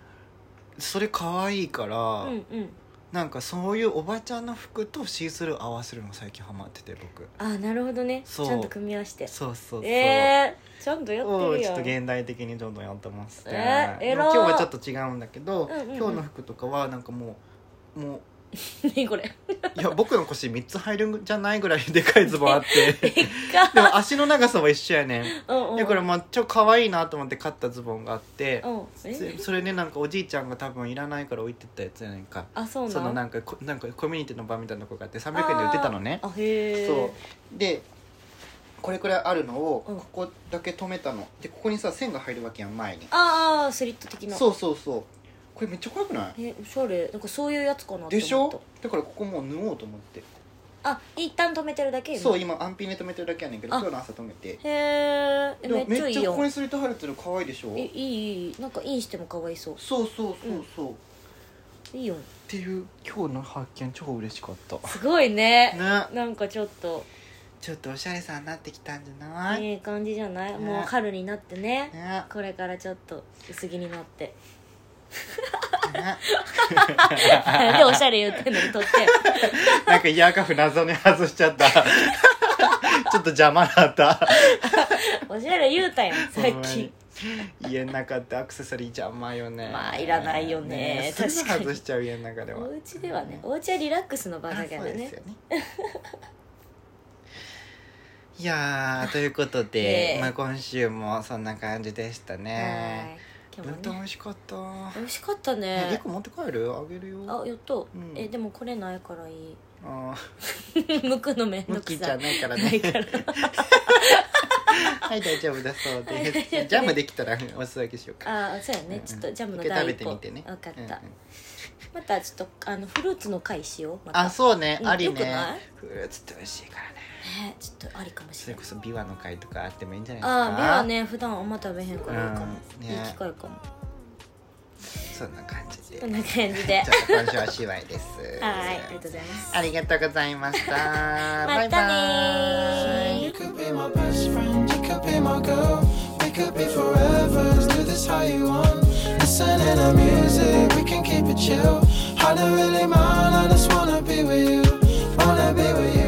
それ可愛いから、ーうんうんなんかそういうおばちゃんの服とシースルー合わせるの最近ハマってて僕あなるほどねちそうゃんと組み合わせてそうそうそう、えー、ちゃんとやってをるちょやっとん現代的にどんどんやってますえーでも偉今い日はちょっと違うんだけど、うんうんうん今日の服とかはなんかもうも何これういや僕の腰3つ入るんじゃないぐらいでかいズボンあって でも足の長さは一緒やねんうんうんいやこれまあ超可愛いなと思って買ったズボンがあってうんえそそれねなんかおじいちゃんが多分いらないから置いてったやつやねんかあそうなそのなんかこなんかコミュニティの場みたいなとこがあって300円で売ってたのねあへえそうでこれくらいあるのをうんここだけ止めたのでここにさ線が入るわけやん前にああスリット的なそうそうそうこれめっちゃ怖くないえおしゃれなんかそういうやつかなって思ったでしょだからここもう縫おうと思ってあ一旦止めてるだけ今そう今安品で止めてるだけやねんけどあ今日の朝止めてへーえでもめっちゃめいっいちゃよここにスリット入るってるの可愛いでしょえいいいいなんかインしてもかわいそそうそうそうそう、っういいよていう今日の発見超嬉しかったすごいねねなんかちょっとちょっとおしゃれさんになってきたんじゃない、いい感じじゃない、ねもう春になってねねこれからちょっと薄着になって ねなんでおしゃれ言ってんのにとってなんかイヤーカフ謎に外しちゃった ちょっと邪魔だったおしゃれ言うたやんさほんっまきに家の中ってアクセサリー邪魔よねまあいらないよねすぐ確かに外しちゃう家の中ではお家ではねお家はリラックスの場だけどあそうですねよねいやーということで、 ねえまあ、今週もそんな感じでしたはねい今本日当も美ね味しかった、美味しかったえね結構持って帰るあげるよあやっと、うんえでもこれないからい いあむくのめんーどムくキじゃさないからなねいから はい大丈夫だそうはい大で丈夫ですすジャムできたらお裾分けしようかあそうやねうんちょっとジャムの一回食第べ一て歩みてね分かった、うんうんまたちょっとあのフルーツの回しようまたあそうねうんありよくねないフルーツって美味しいからねねちょっとありかもしそれれないこそビワの会とかあってもいいんじゃないですかああ目はね普段あんま食べへんからいいかも、うんいいね機会かもそんな感 じでちこょんっな感じとで今週はしわいですはいありがとうございますありがとうございましたバ まイたバねイ You could be my best friend, you could be my girl. We could be forevers, do this how you want. Listen in our music, we can keep it chill. Hard to really mind, I just wanna be with you. Wanna be with you.